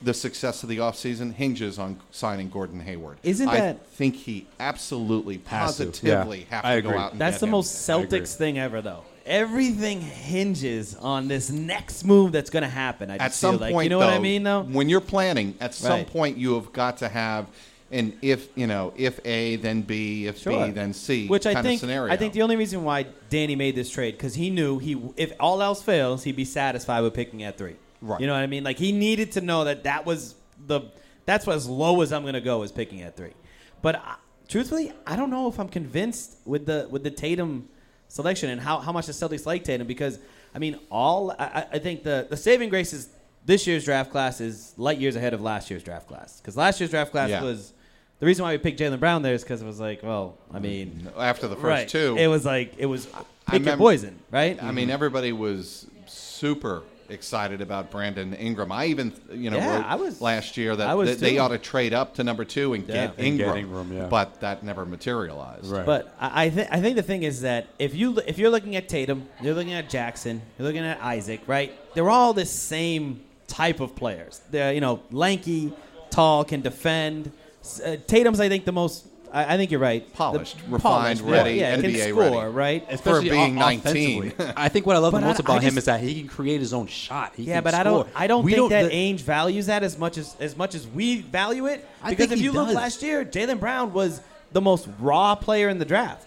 S10: the success of the offseason, hinges on signing Gordon Hayward.
S5: Isn't
S10: I
S5: that-
S10: think he absolutely,
S5: Has to.
S10: positively
S5: Yeah,
S10: have
S5: I
S10: to go
S5: agree.
S10: out and
S5: That's
S10: get
S5: the
S10: him.
S5: most Celtics thing ever, though. Everything hinges on this next move that's going to happen. I just
S10: at some
S5: feel like,
S10: point,
S5: you know what I
S10: though,
S5: mean, though.
S10: When you're planning, at some
S5: Right.
S10: point you have got to have an if you know if A then B, if
S5: Sure.
S10: B then C,
S5: Which
S10: kind
S5: I think
S10: of scenario.
S5: I think the only reason why Danny made this trade because he knew he if all else fails he'd be satisfied with picking at three.
S10: Right.
S5: You know what I mean? Like he needed to know that that was the that's what as low as I'm going to go is picking at three. But I, truthfully, I don't know if I'm convinced with the with the Tatum selection and how, how much the Celtics like Tatum because I mean all I- I, I think the the saving grace is this year's draft class is light years ahead of last year's draft class because last year's draft class
S10: Yeah.
S5: was the reason why we picked Jalen Brown there is because it was like well I mean
S10: after the Mm-hmm. first
S5: right,
S10: two,
S5: it was like it was
S10: I
S5: pick your
S10: remember-
S5: poison right
S10: I mean, everybody was super excited about Brandon Ingram. I even, you know,
S5: Yeah,
S10: wrote
S5: I was-
S10: last year
S5: I
S10: that,
S5: was
S10: that they
S5: too.
S10: ought to trade up to number two and
S5: Yeah.
S10: get
S5: And get
S10: Ingram.
S5: Ingram, yeah.
S10: But that never materialized.
S5: Mm-hmm. But I I, th- I think the thing is that if you if you're looking at Tatum, you're looking at Jackson, you're looking at Isaac, right? They're all the same type of players. They're you know lanky, tall, can defend. S- Uh, Tatum's I think the most. I, I think you're right. The-
S10: Polished, refined,
S5: yeah,
S10: ready,
S5: yeah,
S10: NBA
S5: can score,
S10: ready.
S5: right?
S10: Especially For being o- 19.
S1: offensively. <laughs> I think what I love
S5: But
S1: the most
S5: I- I
S1: about him
S5: just-
S1: is that he can create his own shot. He
S5: yeah,
S1: can
S5: but I
S1: score.
S5: don't. I don't
S1: We
S5: think that
S1: the-
S5: Ainge values that as much as as much as we value it.
S1: I
S5: Because
S1: think
S5: if
S1: he
S5: you look
S1: does.
S5: last year, Jalen Brown was the most raw player in the draft.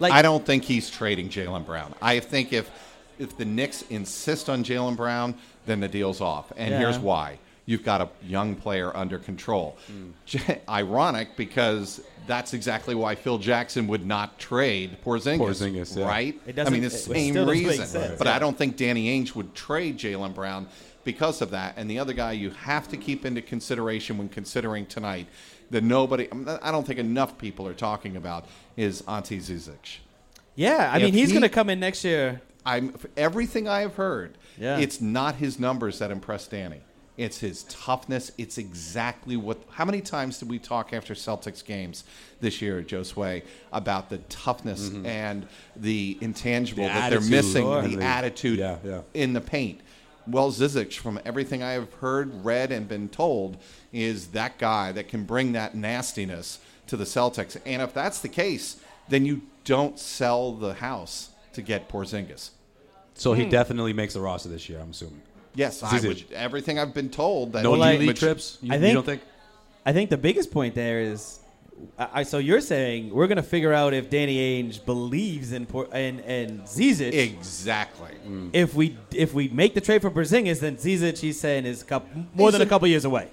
S5: Like-
S10: I don't think he's trading Jalen Brown. I think if if the Knicks insist on Jalen Brown, then the deal's off. And
S7: Yeah.
S10: here's why: you've got a young player under control. J- Ironic because that's exactly why Phil Jackson would not trade Porzingis.
S1: Porzingis, yeah.
S10: right?
S1: It
S10: I mean,
S1: doesn't-
S10: it's
S1: it
S10: the same
S1: still doesn't make
S10: reason.
S1: sense,
S10: but
S1: yeah.
S10: I don't think Danny Ainge would trade Jalen Brown because of that. And the other guy you have to keep into consideration when considering tonight that nobody, I mean, I don't think enough people are talking about is Ante Zizic.
S5: Yeah, I mean,
S10: If
S5: he's
S10: he-
S5: going to come in next year.
S10: I'm f- everything I have heard.
S5: Yeah.
S10: It's not his numbers that impress Danny. It's his toughness. It's exactly what. How many times did we talk after Celtics games this year, Joe Sway, about the toughness
S1: Mhm.
S10: and the intangible
S1: The
S10: that
S1: attitude.
S10: they're missing,
S1: Sure.
S10: the attitude in the paint? Well, Zizic, from everything I have heard, read, and been told, is that guy that can bring that nastiness to the Celtics. And if that's the case, then you don't sell the house to get Porzingis.
S1: So he
S10: Hmm.
S1: definitely makes the roster this year. I'm assuming.
S10: Yes, I
S1: Zizic.
S10: would, everything I've been told that
S1: No
S10: he
S1: G
S10: would-
S1: League trips? You-
S5: I
S1: you
S5: think,
S1: don't think-
S5: I think the biggest point there is, I, I so you're saying we're going to figure out if Danny Ainge believes in Por- and and Zizic
S10: exactly.
S1: Hmm.
S5: If we if we make the trade for Porzingis, then Zizic he's saying is a couple, more than a couple years away.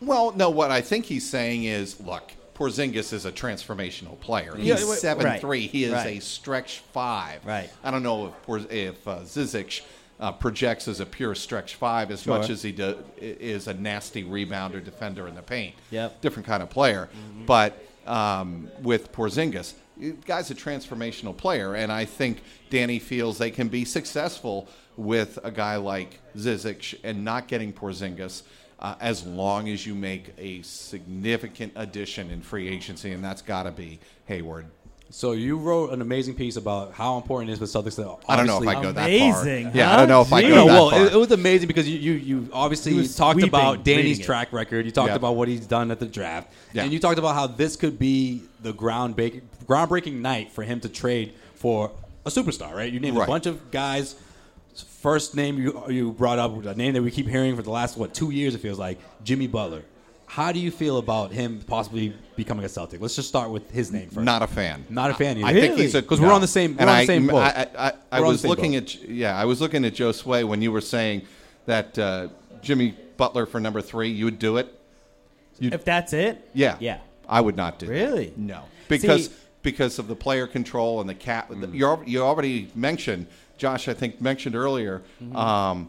S10: Well, no, what I think he's saying is, look, Porzingis is a transformational player.
S5: Yeah,
S10: He's
S5: wait,
S10: seven three.
S5: right,
S10: He is
S5: right.
S10: a stretch five.
S5: Right.
S10: I don't know if Porz- if uh, Zizic. Uh, projects as a pure stretch five as
S5: Sure.
S10: much as he do, i- is a nasty rebounder defender in the paint.
S5: Yep. Mm-hmm.
S10: Different kind of player. But um, with Porzingis, the guy's a transformational player, and I think Danny feels they can be successful with a guy like Zizic and not getting Porzingis uh, as long as you make a significant addition in free agency, and that's got to be Hayward.
S1: So you wrote an amazing piece about how important it is for Celtics to.
S10: I don't know if
S1: obviously-
S10: I go that far. Amazing, Yeah, I don't huh? know if I go
S1: No,
S10: that
S1: well,
S10: far.
S1: It, it was amazing because you you, you obviously
S10: He was
S1: talked
S10: weeping
S1: about Danny's
S10: reading it.
S1: track record. You talked
S10: Yeah.
S1: about what he's done at the draft, and you talked about how this could be the ground break- groundbreaking night for him to trade for a superstar. Right? You named a
S10: Right.
S1: bunch of guys. First name you you brought up, a name that we keep hearing for the last what two years it feels like, Jimmy Butler. How do you feel about him possibly becoming a Celtic? Let's just start with his name first.
S10: Not a fan.
S1: Not a fan. Either.
S10: I think he's a
S1: because we're
S10: no.
S1: on the same. We're
S10: And
S1: on
S10: I-
S1: the same boat.
S10: I, I, I, I
S1: We're on
S10: was
S1: the same
S10: looking
S1: boat.
S10: at yeah, I was looking at Joe Sway when you were saying that uh, Jimmy Butler for number three. You would do it. You-
S5: If that's it,
S10: Yeah.
S5: yeah.
S10: I would not do that.
S5: Really?
S10: No. Because
S5: See- Mm.
S10: because of the player control and the cap. You al- you already mentioned Josh. I think mentioned earlier.
S5: Mm-hmm.
S10: Um,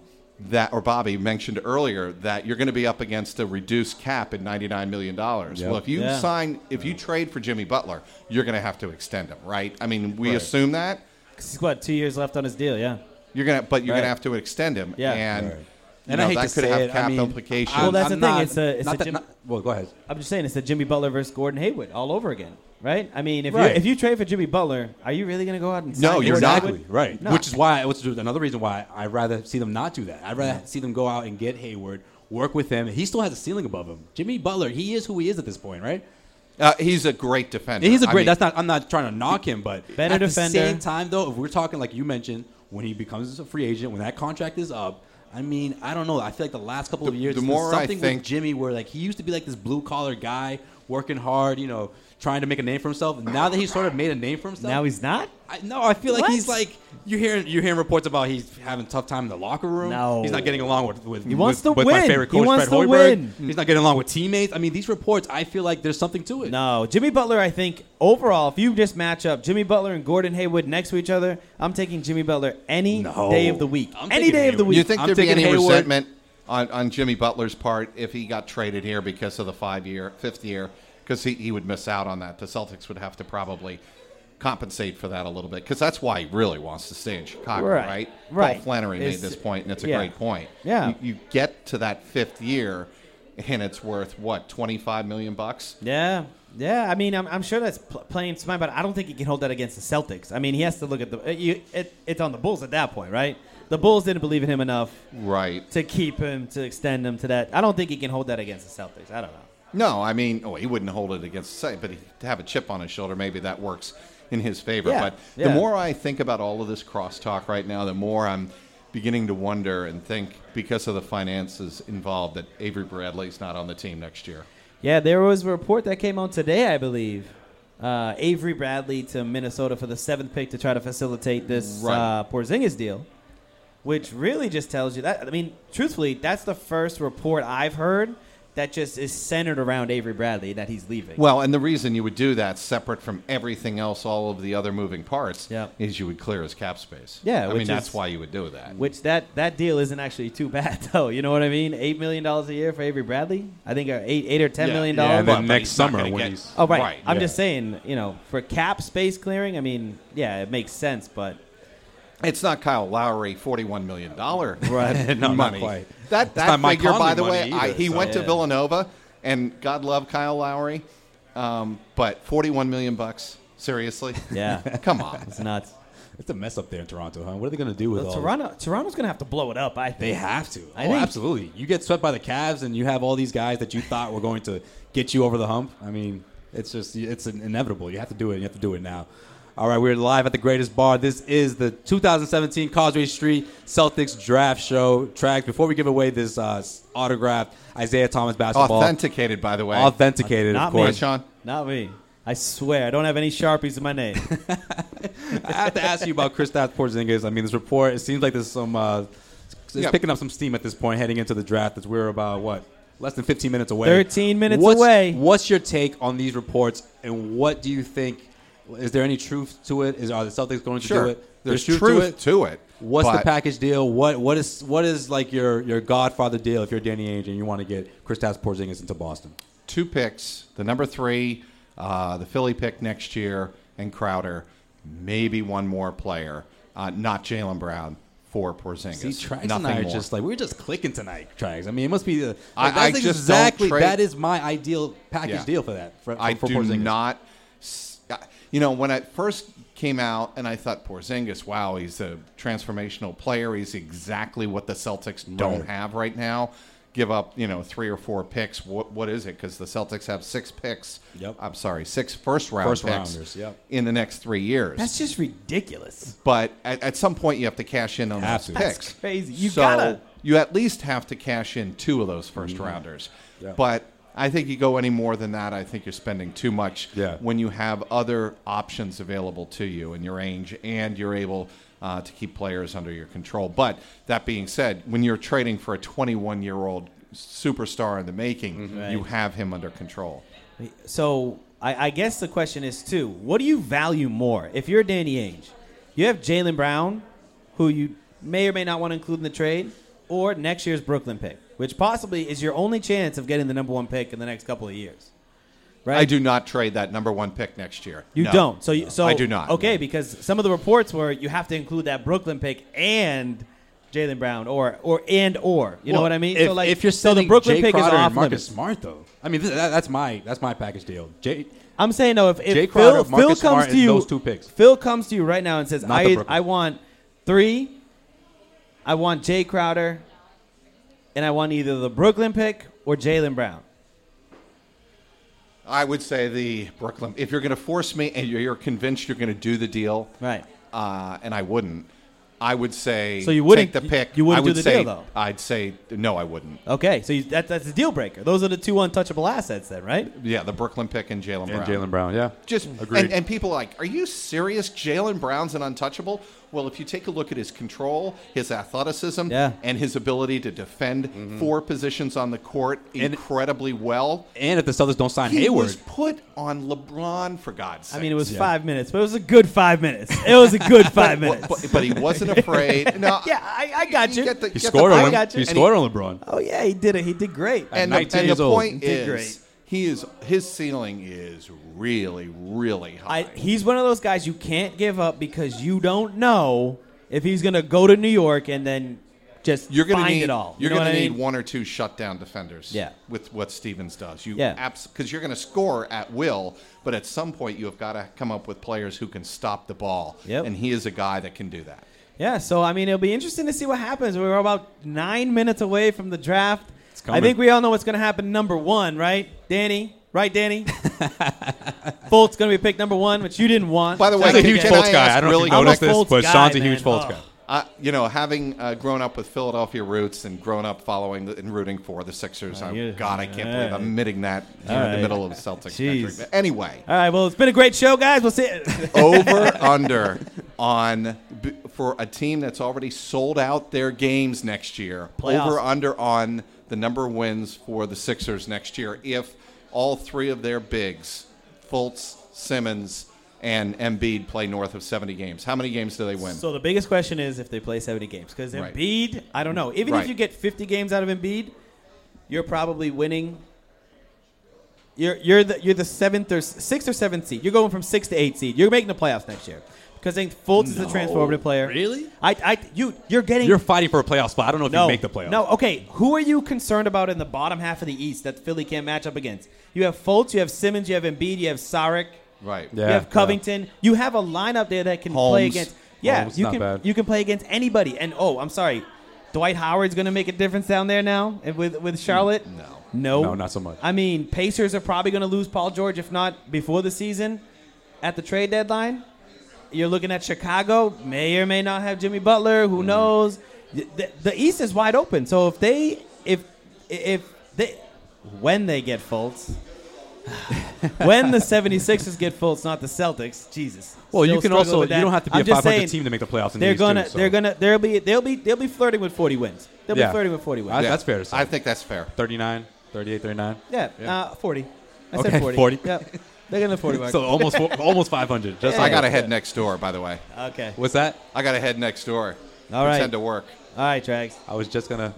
S10: that or Bobby mentioned earlier that you're going to be up against a reduced cap at 99 million dollars.
S1: Yep.
S10: Well, if you
S1: Yeah.
S10: sign, if you trade for Jimmy Butler, you're going to have to extend him, right? I mean, we
S5: Right.
S10: assume that
S5: 'Cause he's what two years left on his deal. Yeah,
S10: you're gonna, but you're
S5: Right.
S10: going to have to extend him,
S5: Yeah.
S10: and
S5: Right.
S10: you
S5: And
S10: know,
S5: I hate
S10: that
S5: to
S10: could
S5: say
S10: have
S5: it, I
S10: cap
S5: mean,
S10: implications.
S5: well, that's
S1: I'm
S5: the thing.
S1: not-
S5: it's a, it's
S1: not
S5: a
S1: that-
S5: Jim,
S1: not- well, go ahead.
S5: I'm just saying it's the Jimmy Butler versus Gordon Hayward all over again, right? I mean, if
S1: Right.
S5: you if you trade for Jimmy Butler, are you really going to go out and sign
S1: No,
S5: Gordon
S1: you're
S5: Hayward?
S1: exactly right.
S5: No.
S1: Which is why, which is another reason why I'd rather see them not do that. I'd rather see them go out and get Hayward, work with him. He still has a ceiling above him. Jimmy Butler, he is who he is at this point, right?
S10: Uh, he's a great defender.
S1: He's a
S10: I
S1: great.
S10: mean-
S1: that's not. I'm not trying to knock him, but
S5: Better
S1: at
S5: defender.
S1: the same time, though, if we're talking like you mentioned, when he becomes a free agent, when that contract is up. I mean, I don't know. I feel like the last couple of years,
S10: the
S1: there's
S10: more I
S1: something
S10: think-
S1: with Jimmy where like he used to be like this blue collar guy, working hard, you know, trying to make a name for himself. Now that he's sort of made a name for himself,
S5: Now he's not.
S1: I, no, I feel like
S5: What?
S1: he's like you're hearing you're hearing reports about he's having a tough time in the locker room.
S5: No.
S1: he's not getting along with with,
S5: He wants
S1: with,
S5: to
S1: with my
S5: win.
S1: favorite
S5: He
S1: coach
S5: wants
S1: Fred
S5: to
S1: Hoiberg.
S5: win.
S1: He's not getting along with teammates. I mean, these reports, I feel like there's something to it.
S5: No, Jimmy Butler. I think overall, if you just match up Jimmy Butler and Gordon Hayward next to each other, I'm taking Jimmy Butler any day of the week.
S1: I'm
S5: any
S1: taking
S5: day of the
S1: Hayward.
S5: week.
S10: You think
S5: I'm
S10: there'd be
S5: taking
S10: any
S5: Hayward.
S10: resentment on, on Jimmy Butler's part if he got traded here because of the five year, fifth year? Because he, he would miss out on that. The Celtics would have to probably compensate for that a little bit because that's why he really wants to stay in Chicago,
S5: Right,
S10: right?
S5: right.
S10: Paul Flannery
S5: It's-
S10: made this point, and it's a
S5: yeah.
S10: great point.
S5: Yeah.
S10: you, you get to that fifth year, and it's worth what twenty five million bucks.
S5: Yeah, yeah. I mean, I'm, I'm sure that's pl- playing smart, but I don't think he can hold that against the Celtics. I mean, he has to look at the. uh, You, it, it's on the Bulls at that point, right? The Bulls didn't believe in him enough,
S10: Right.
S5: to keep him to extend him to that. I don't think he can hold that against the Celtics. I don't know.
S10: No, I mean, oh, he wouldn't hold it against say, but he, to have a chip on his shoulder, maybe that works in his favor.
S5: Yeah,
S10: but
S5: yeah.
S10: the more I think about all of this crosstalk right now, the more I'm beginning to wonder and think because of the finances involved that Avery Bradley's not on the team next year.
S5: Yeah, there was a report that came out today, I believe, uh, Avery Bradley to Minnesota for the seventh pick to try to facilitate this
S10: Right.
S5: uh, Porzingis deal, which really just tells you that. I mean, truthfully, that's the first report I've heard that just is centered around Avery Bradley that he's leaving.
S10: Well, and the reason you would do that, separate from everything else, all of the other moving parts, is you would clear his cap space.
S5: Yeah,
S10: I
S5: which
S10: mean that's
S5: is-
S10: why you would do that.
S5: Which that that deal isn't actually too bad <laughs> though. You know what I mean? Eight million dollars a year for Avery Bradley. I think uh, eight eight or ten
S1: Yeah.
S5: million
S1: Yeah,
S5: dollars.
S1: and then But next he's not summer gonna when get- he's-
S5: oh right.
S1: Right,
S5: I'm
S1: yeah.
S5: just saying, you know, for cap space clearing, I mean, yeah, it makes sense, but
S10: it's not Kyle Lowry forty-one million dollar
S5: Right. No, not
S10: <laughs> money.
S5: quite.
S10: That
S5: It's
S10: that
S5: not Mike
S10: figure, by
S5: Conley
S10: the way,
S5: money
S10: I,
S5: either,
S10: he
S5: so-
S10: went to
S5: Yeah.
S10: Villanova, and God love Kyle Lowry, um, but forty-one million bucks. Seriously?
S5: Yeah.
S10: <laughs> Come on.
S5: It's nuts.
S1: It's a mess up there in Toronto, huh? What are they going to do with
S5: Well,
S1: all
S5: Toronto Toronto's gonna have to blow it up, I think.
S1: They have to.
S5: I
S1: oh,
S5: think-
S1: absolutely. You get swept by the Cavs, and you have all these guys that you thought were going to get you over the hump. I mean, it's just it's inevitable. You have to do it. You have to do it now. All right, we're live at the greatest bar. This is the 2017 Causeway Street Celtics draft show. Tracks. Before we give away this uh, autographed Isaiah Thomas basketball,
S10: Authenticated, by the way.
S1: authenticated,
S5: Not
S1: of course.
S5: me. Not me. I swear, I don't have any sharpies in my name.
S1: I have to ask you about Kristaps Porzingis. I mean, this report. It seems like there's some. Uh, it's
S5: Yeah.
S1: picking up some steam at this point, heading into the draft. As we're about what less than 15 minutes away.
S5: 13 minutes
S1: What's-
S5: away.
S1: What's your take on these reports, and what do you think? Is there any truth to it? Is are the Celtics going to
S10: Sure.
S1: do it?
S10: There's truth to it,
S1: What's the
S10: but-
S1: package deal? What what is what is like your your Godfather deal if you're Danny Ainge and you want to get Kristaps Porzingis into Boston?
S10: two picks, the number three, uh, the Philly pick next year, and Crowder, maybe one more player, uh, not Jalen Brown for Porzingis.
S1: See, Trax
S10: Nothing
S1: and I are
S10: more.
S1: just like we're just clicking tonight, Trax. I mean, it must be the. Like,
S10: I-
S1: that's
S10: I just don't
S1: exactly
S10: trade-
S1: that is my ideal package
S10: Yeah.
S1: deal for that. For, for,
S10: I
S1: for
S10: do
S1: Porzingis.
S10: not. s- I- You know, when I first came out and I thought Porzingis, wow, he's a transformational player. He's exactly what the Celtics don't
S1: Right.
S10: have right now. Give up, you know, three or four picks. What what is it? Because the Celtics have six picks. Yep. I'm sorry, six first round
S1: First
S10: picks
S1: rounders, yep.
S10: in the next three
S5: <laughs>
S10: years.
S5: That's just ridiculous.
S10: but at, at some point you have to cash in on
S5: Have
S10: those
S5: to.
S10: picks.
S5: That's crazy. You
S10: so
S5: gotta-
S10: you at least have to cash in two of those 1st
S5: Mhm.
S10: rounders.
S5: Yeah.
S10: But I think you go any more than that, I think you're spending too much. When you have other options available to you in your range, and you're able uh, to keep players under your control. But that being said, when you're trading for a 21 year old superstar in the making,
S5: Mm-hmm.
S10: you have him under control.
S5: So I, I guess the question is too: What do you value more? If you're Danny Ainge, you have Jalen Brown, who you may or may not want to include in the trade, or next year's Brooklyn pick, which possibly is your only chance of getting the number one pick in the next couple of years. Right.
S10: I do not trade that number one pick next year.
S5: You
S10: No.
S5: don't. So you, so
S10: I do not.
S5: Okay, because some of the reports were you have to include that Brooklyn pick and. Jalen Brown, or or and or, you know
S1: Well,
S5: what I mean.
S1: If,
S5: so like,
S1: if you're
S5: so
S1: selling
S5: the Brooklyn
S1: Jay
S5: pick
S1: Crowder
S5: is off
S1: and Marcus
S5: limits.
S1: Smart though, I mean th- that, that's my that's my package deal. Jay,
S5: I'm saying though, if, if Phil,
S1: Jay Crowder,
S5: Phil
S1: Marcus
S5: comes
S1: Smart,
S5: to
S1: and
S5: you,
S1: those two picks.
S5: Phil comes to you right now and says,
S1: Not the
S5: "I
S1: Brooklyn.
S5: I want three, I want Jay Crowder, and I want either the Brooklyn pick or Jalen Brown."
S10: I would say the Brooklyn. If you're going to force me and you're, you're convinced you're going to do the deal,
S5: right?
S10: Uh, and I wouldn't. I would say.
S5: So you wouldn't-
S10: take the pick.
S5: you wouldn't
S10: I would
S5: do the
S10: say,
S5: deal, though?
S10: I'd say no. I wouldn't.
S5: Okay, so you, that, that's a deal breaker. Those are the two untouchable assets, then, right?
S10: Yeah, the Brooklyn pick and Jalen Brown.
S1: And Jalen Brown, yeah.
S10: Just
S1: Agreed.
S10: And, and people are like, are you serious? Jalen Brown's an untouchable. Well, if you take a look at his control, his athleticism,
S1: Yeah.
S10: and his ability to defend four positions on the court
S1: And-
S10: incredibly well,
S1: and if the Celtics don't sign
S10: he
S1: Hayward,
S10: was put on LeBron for God's sake.
S5: I mean, it was
S10: five.
S5: five minutes, but it was a good five minutes. It was a
S1: <laughs>
S5: good five
S10: But-
S5: minutes.
S10: but- but
S5: <laughs>
S10: he wasn't afraid. No,
S5: yeah, I, I got you.
S10: the-
S1: he
S10: get the
S1: scored
S10: point.
S1: on
S10: I got you.
S1: he
S10: And he-
S1: scored on LeBron.
S5: Oh yeah, he did it. He did great.
S10: and the, and the point
S5: He did
S10: is,
S5: great.
S10: he is his ceiling is really, really high.
S5: I, he's one of those guys you can't give up because you don't know if he's going to go to New York and then just
S10: you're gonna
S5: find
S10: need
S5: it all.
S10: You're
S5: you know
S10: gonna
S5: what I
S10: need
S5: mean?
S10: one or two shutdown defenders.
S5: Yeah.
S10: with what Stevens does, you
S5: Yeah.
S10: because you're gonna score at will, but at some point you have got to come up with players who can stop the ball.
S5: Yep.
S10: and he is a guy that can do that.
S5: Yeah, so I mean, it'll be interesting to see what happens. We're about nine minutes away from the draft. I
S1: coming.
S5: think we all know what's going to happen. Number one, right, Danny? Right, Danny? <laughs> Fultz going to be picked number one, which you didn't want.
S10: By the way,
S5: Sounds like
S10: can-
S5: you
S10: can
S5: did.
S10: I ask really
S5: I'm
S10: quick-
S5: Fultz guy, man. Oh.
S10: I, you know, having uh, grown up with Philadelphia roots and grown up following the, and rooting for the Sixers,
S5: Oh,
S10: I,
S5: you-
S10: God, I can't
S5: all
S10: believe
S5: right.
S10: I'm admitting that here
S5: All
S10: in the
S5: right.
S10: middle of the Celtics country.
S5: Jeez.
S10: But anyway,
S5: All right. Well, it's been a great show, guys. We'll see. <laughs>
S10: over under on b- for a team that's already sold out their games next year.
S5: Playoffs.
S10: Over under on the number of wins for the Sixers next year if all three of their bigs, Fultz, Simmons, and Embiid play north of 70 games. How many games do they win?
S5: So the biggest question is if they play 70 games because
S10: Right.
S5: Embiid, I don't know. Even
S10: Right.
S5: if you get 50 games out of Embiid, you're probably winning. You're you're the you're the seventh or s- sixth or seventh seed. You're going from six to eight seed. You're making the playoffs next year because I think Fultz is a
S1: No.
S5: transformative player.
S1: Really?
S5: I I you you're getting
S1: You're fighting for a playoff spot. I don't know if
S5: no
S1: you make the playoffs.
S5: No, okay. Who are you concerned about in the bottom half of the East that Philly can't match up against? You have Fultz, you have Simmons, you have Embiid, you have Sarek.
S10: Right.
S5: you have Covington. You have a lineup there that can play
S10: Holmes.
S5: against. Yeah,
S10: Holmes,
S5: you
S10: not
S5: can
S10: bad.
S5: you can play against anybody. And oh, I'm sorry, Dwight Howard's going to make a difference down there now and with with Charlotte. No, no,
S1: No, not so much.
S5: I mean, Pacers are probably going to lose Paul George if not before the season, at the trade deadline. You're looking at Chicago, may or may not have Jimmy Butler.
S1: Mm-hmm.
S5: Who knows? The, the- the East is wide open. So if they if if they when they get Fultz, <sighs> when the 76ers get Fultz, not the Celtics. Jesus.
S1: Well, you
S5: Still
S1: can
S5: struggling
S1: also-
S5: with
S1: you
S5: that.
S1: don't have to be
S5: I'm
S1: a
S5: just
S1: 500
S5: saying,
S1: team to make the playoffs in the
S5: They're
S1: East,
S5: gonna
S1: too, so.
S5: they're gonna they'll be they'll be they'll be flirting with 40 wins. They'll
S1: Yeah.
S5: be flirting with 40 wins.
S1: I- That's fair to say.
S10: I think that's fair.
S1: 39, 38, 39.
S5: Yeah, Uh, 40. I
S1: Okay,
S5: said 40.
S1: 40.
S5: Yep. They're going to
S1: <laughs>
S5: 40 mark.
S1: So almost four- almost 500. Just
S10: I
S1: like-
S10: got to head next door, by the way.
S5: Okay.
S1: What's that?
S10: I got to head next door.
S1: All right.
S10: Pretend to work.
S5: All right, Trags.
S1: I was just gonna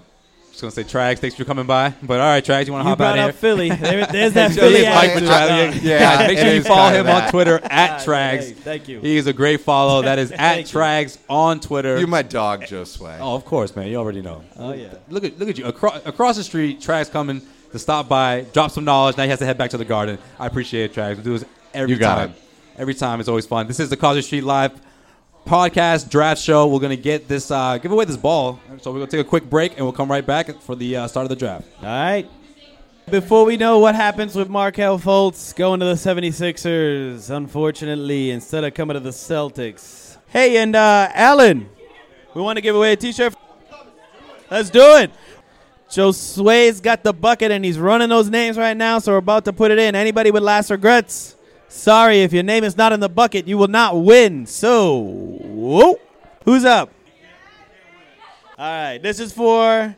S1: just gonna say Trags, thanks for coming by. But all right, Trags, you want to
S5: You
S1: hop
S5: brought
S1: out of
S5: up
S1: <laughs> here?
S5: Philly. There- there's that
S1: Just
S5: Philly
S1: leave Mike
S5: attitude. <laughs> Yeah.
S1: Petraglia.
S5: Yeah,
S1: Guys, make
S5: it
S1: sure you
S5: is
S1: follow
S5: kinda
S1: him
S5: that.
S1: on Twitter
S5: Ah,
S1: at
S5: <laughs>
S1: Trags.
S5: hey, thank you.
S1: He is a great follow.
S5: <laughs>
S1: That is at Trags on Twitter.
S10: You're my dog, Joe Sway.
S1: Oh, of course, man. You already know.
S5: Oh yeah.
S1: Look at look at you across across the street. Trags coming to stop by, drop some knowledge. Now he has to head back to the garden. I appreciate it, Trags. We do this every
S10: You got
S1: time.
S10: it.
S1: Every time it's always fun. This is the Causeway Street Live podcast draft show. We're gonna get this uh, give away this ball. So we're gonna take a quick break and we'll come right back for the uh, start of the draft.
S5: All right. Before we know what happens with Markel Fultz going to the 76ers, unfortunately, instead of coming to the Celtics. Hey, and uh, Alan, we want to give away a t shirt. Let's do it. Josue's got the bucket and he's running those names right now, so we're about to put it in. Anybody with last regrets? Sorry, if your name is not in the bucket, you will not win. So, whoa. who's up? All right, this is for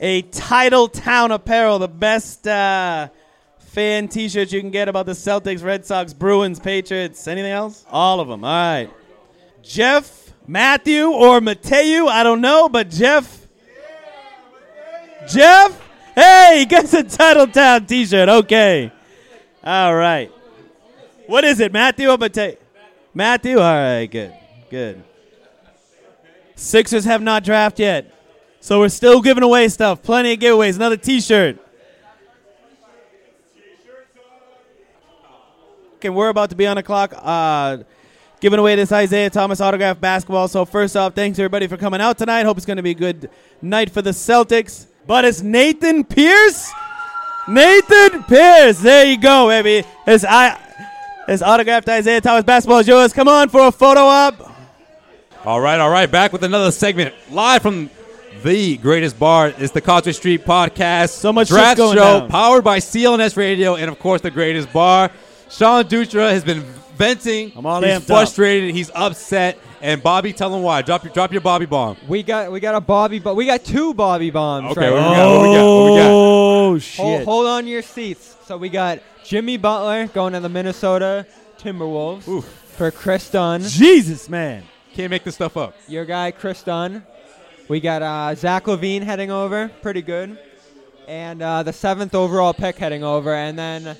S5: a Title Town Apparel, the best uh, fan T-shirt you can get about the Celtics, Red Sox, Bruins, Patriots. Anything else? All of them. All right, Jeff, Matthew, or Mateu? I don't know, but Jeff. Jeff, hey, he gets a Title Town T-shirt. Okay, all right. What is it, Matthew or Mateu? Matthew. All right, good, good. Sixers have not drafted yet. So we're still giving away stuff. Plenty of giveaways. Another t shirt. Okay, we're about to be on the clock. Uh, giving away this Isaiah Thomas autograph basketball. So, first off, thanks everybody for coming out tonight. Hope it's going to be a good night for the Celtics. But it's Nathan Pierce. Nathan Pierce. There you go, baby. It's, I, it's autographed Isaiah Thomas basketball is yours. Come on for a photo op.
S1: All right, all right. Back with another segment live from the greatest bar. It's the Causeway Street Podcast. So much
S5: shit's
S1: draft
S5: going
S1: show
S5: down.
S1: powered by CLNS Radio and of course the greatest bar. Sean Dutra has been venting. I'm
S8: all
S1: He's
S8: amped up.
S1: frustrated. He's upset. And Bobby, tell him why. Drop your drop your Bobby bomb.
S8: We got we got a Bobby, but we got two Bobby bombs.
S1: Okay,
S8: right
S1: what we
S8: now.
S1: got? What we got? What we got? Oh
S8: Hold, hold on to your seats. So we got Jimmy Butler going to the Minnesota Timberwolves for Chris Dunn.
S5: Jesus, man,
S1: can't make this stuff up.
S8: Your guy Chris Dunn. We got uh, Zach Levine heading over, pretty good, and uh, the seventh overall pick heading over, and then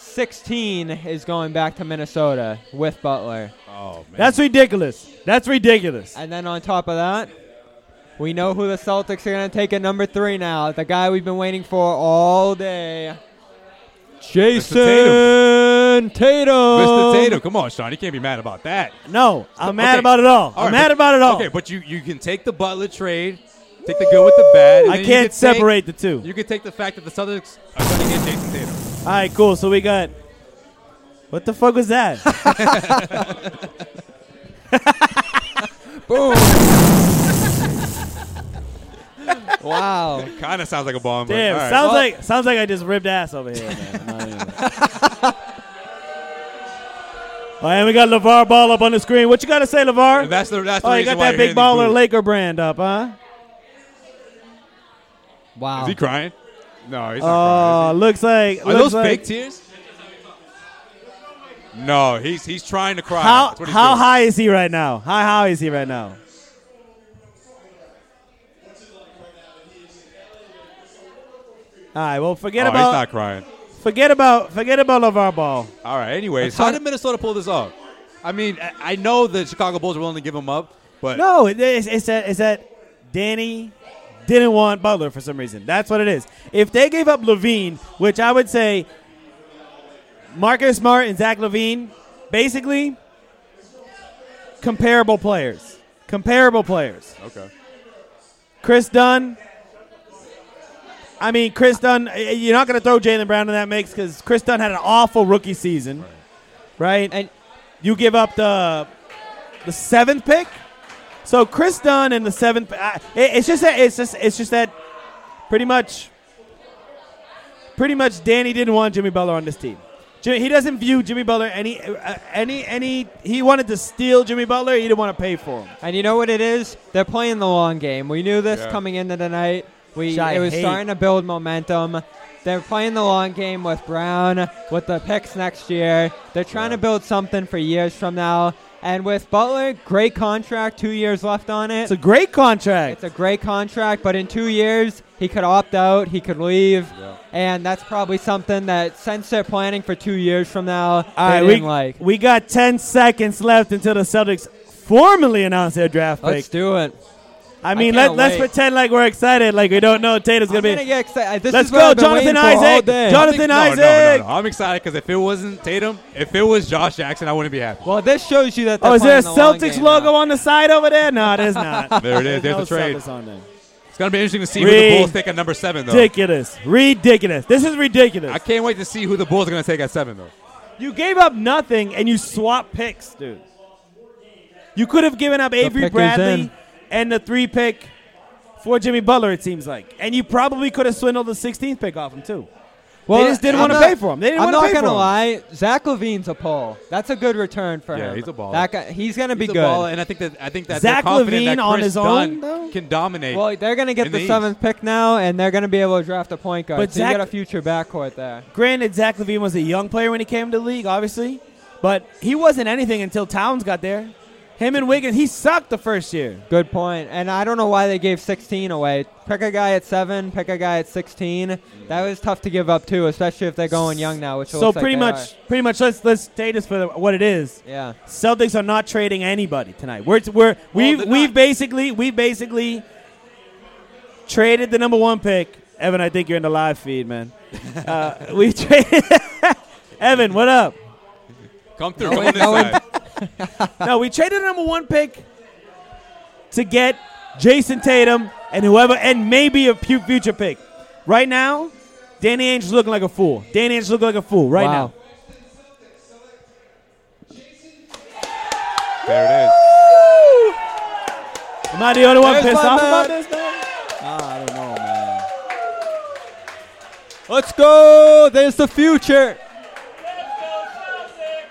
S8: 16 is going back to Minnesota with Butler.
S1: Oh man,
S5: That's ridiculous. That's ridiculous.
S8: And then on top of that, we know who the Celtics are going to take at number three now. The guy we've been waiting for all day, Jason Tatum.
S1: Mr. Tatum, come on, Sean. You can't be mad about that.
S5: No, Oh. I'm mad
S1: Okay.
S5: about it all. I'm
S1: right,
S5: mad
S1: but-
S5: about it all.
S1: Okay, but you, you can take the Butler trade, take the good with the bad. and
S5: I
S1: then you
S5: can't
S1: can take-
S5: separate the two.
S1: You can take the fact that the Celtics are going to get Jason Tatum.
S5: All right, cool. So we got.
S11: <laughs>
S5: What the fuck was that?
S12: Boom.
S8: wow.
S11: kind of sounds like a bomb. but
S5: Damn,
S11: all right.
S5: sounds
S11: Well,
S5: like sounds like I just ripped ass over here. Man. I'm not even- Oh, and we got LeVar Ball up on the screen. What you got to say, LeVar?
S11: That's the- that's the
S5: oh, you
S11: reason
S5: got
S11: why
S5: that
S11: you're
S5: big
S11: hitting these
S5: baller
S11: boots.
S5: Laker brand up, huh?
S8: Wow.
S11: Is he crying? No, he's
S5: Oh,
S11: not crying. is
S5: looks
S11: he?
S5: like.
S11: Are
S5: Uh, looks
S11: those
S5: like-
S11: fake tears? No, he's he's trying to cry.
S5: How
S11: That's what he's
S5: how
S11: doing.
S5: high is he right now? How high is he right now? All right. Well, forget
S11: Oh, he's
S5: about.
S11: not crying.
S5: Forget about. Forget about LeVar Ball.
S11: All right. Anyways, how did Minnesota pull this off? I mean, I, I know the Chicago Bulls were willing to give him up, but
S5: No, it- it's, it's that it's that Danny didn't want Butler for some reason. That's what it is. If they gave up Levine, which I would say Marcus Smart and Zach Levine, basically comparable players. Comparable players.
S11: Okay.
S5: Chris Dunn. I mean, Chris Dunn. eh, You're not going to throw Jalen Brown in that mix because Chris Dunn had an awful rookie season, right. And you give up the the seventh pick. So Chris Dunn and the seventh. I, it, it's just that. It's just. It's just that. Pretty much. Pretty much, Danny didn't want Jimmy Butler on this team. Jimmy, he doesn't view Jimmy Butler any uh, any any. He wanted to steal Jimmy Butler. He didn't want to pay for him.
S8: And you know what it is? They're playing the long game. We knew this
S5: Yeah.
S8: coming into the night. We
S5: Which I
S8: it was
S5: hate.
S8: starting to build momentum. They're playing the long game with Brown, with the picks next year. They're trying to build something for years from now. And with Butler, great contract, two years left on it. It's a
S5: great contract.
S8: It's a great contract, but in two years, he could opt out, he could leave.
S5: Yeah.
S8: And that's probably something that, since they're planning for two years from now, they
S5: All right,
S8: didn't
S5: we,
S8: like.
S5: we got 10 seconds left until the Celtics formally announce their draft pick.
S8: Let's do it.
S5: I mean,
S8: I
S5: let,
S8: can't
S5: let's
S8: wait.
S5: pretend like we're excited, like we don't know Tatum's going to be.
S8: gonna get excited. This
S5: let's
S8: is what
S5: go,
S8: I've been
S5: Jonathan
S8: waiting for all
S5: Isaac.
S8: day.
S5: Jonathan
S11: no,
S5: Isaac.
S11: No, no, no. I'm excited because if it wasn't Tatum, if it was Josh Jackson, I wouldn't be happy.
S8: Well, this shows you that.
S5: Oh, is there a Celtics logo on the side over there? No, there's not.
S11: There it is. There's
S5: no
S11: the trade.
S5: Celtics on there.
S11: It's gonna be interesting to see who the Bulls take at number seven, though.
S5: Ridiculous. Ridiculous. This is ridiculous.
S11: I can't wait to see who the Bulls are gonna take at seven, though.
S5: You gave up nothing and you swap picks, dude. You could have given up Avery
S11: pick is
S5: Bradley
S11: in.
S5: and the three pick for Jimmy Butler, it seems like. And you probably could have swindled the 16th pick off him, too. they just didn't
S8: I'm
S5: want to
S8: not-
S5: pay for him. They didn't
S8: I'm
S5: want to
S8: not
S5: pay
S8: gonna
S5: for him.
S8: lie. Zach Levine's a Paul. That's a good return for
S11: Yeah,
S8: him.
S11: he's a baller.
S8: That guy, he's gonna be
S11: He's a
S8: good.
S11: baller, and I think that I think that
S8: Zach
S11: they're confident
S8: LaVine
S11: that
S8: on
S11: Chris
S8: his
S11: Dunn
S8: own,
S11: can dominate.
S8: well, they're gonna get
S11: in
S8: the
S11: East.
S8: seventh pick now, and they're gonna be able to draft a point guard.
S5: But
S8: so you
S5: Zach-
S8: got a future backcourt there.
S5: Granted, Zach Levine was a young player when he came to the league, obviously, but he wasn't anything until Towns got there. Him and Wiggins, he sucked the first year.
S8: Good point. And I don't know why they gave 16 away. Pick a guy at seven. Pick a guy at 16. That was tough to give up too, especially if they're going young now. Which it
S5: So
S8: looks like
S5: pretty
S8: they
S5: much,
S8: are.
S5: pretty much, let's let's state this for what it is.
S8: Yeah.
S5: Celtics are not trading anybody tonight. We're we're we've we've basically we basically traded the number one pick. Evan, I think you're in the live feed, man. uh, we traded. <laughs> Evan, what up?
S11: Come through.
S5: No,
S11: Come
S5: wait,
S11: on this
S5: no, wait.
S11: side.
S5: no, we traded the number one pick to get Jason Tatum and whoever, and maybe a pu- future pick. Right now, Danny Ainge is looking like a fool. Danny Ainge is looking like a fool right
S8: Wow.
S11: There it is.
S5: now. Am I the only one
S8: There's
S5: pissed
S8: my
S5: off about
S8: man.
S5: this, man? I don't know, man.
S8: Let's go. There's the future.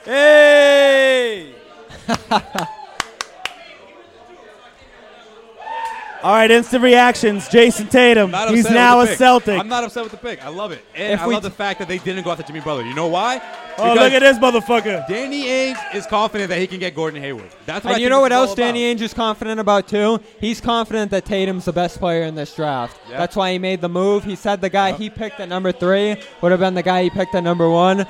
S5: Hey. <laughs> All right, instant reactions. Jason Tatum.
S11: Not
S5: He's
S11: upset
S5: now a
S11: with the pick.
S5: Celtic.
S11: I'm not upset with the pick. I love it. And
S5: If
S11: I
S5: we
S11: love the fact that they didn't go after Jimmy Butler. You know why?
S5: Oh,
S11: Because
S5: look at this motherfucker.
S11: Danny Ainge is confident that he can get Gordon Hayward. That's what I
S8: and you
S11: think
S8: know
S11: this
S8: what
S11: is all
S8: else Danny Ainge is confident about too? He's confident that Tatum's the best player in this draft.
S11: Yeah.
S8: That's why he made the move. He said the guy he picked at number three would have been the guy he picked at number one.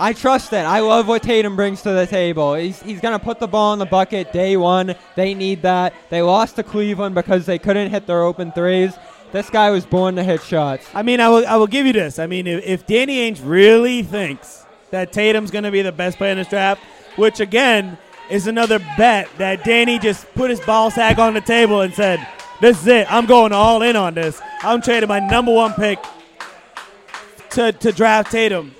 S8: I trust it. I love what Tatum brings to the table. He's, he's going to put the ball in the bucket day one. They need that. They lost to Cleveland because they couldn't hit their open threes. This guy was born to hit shots.
S5: I mean, I will, I will give you this. I mean, if, if Danny Ainge really thinks that Tatum's going to be the best player in this draft, which again is another bet that Danny just put his ball sack on the table and said, "This is it. I'm going all in on this. I'm trading my number one pick to to draft Tatum."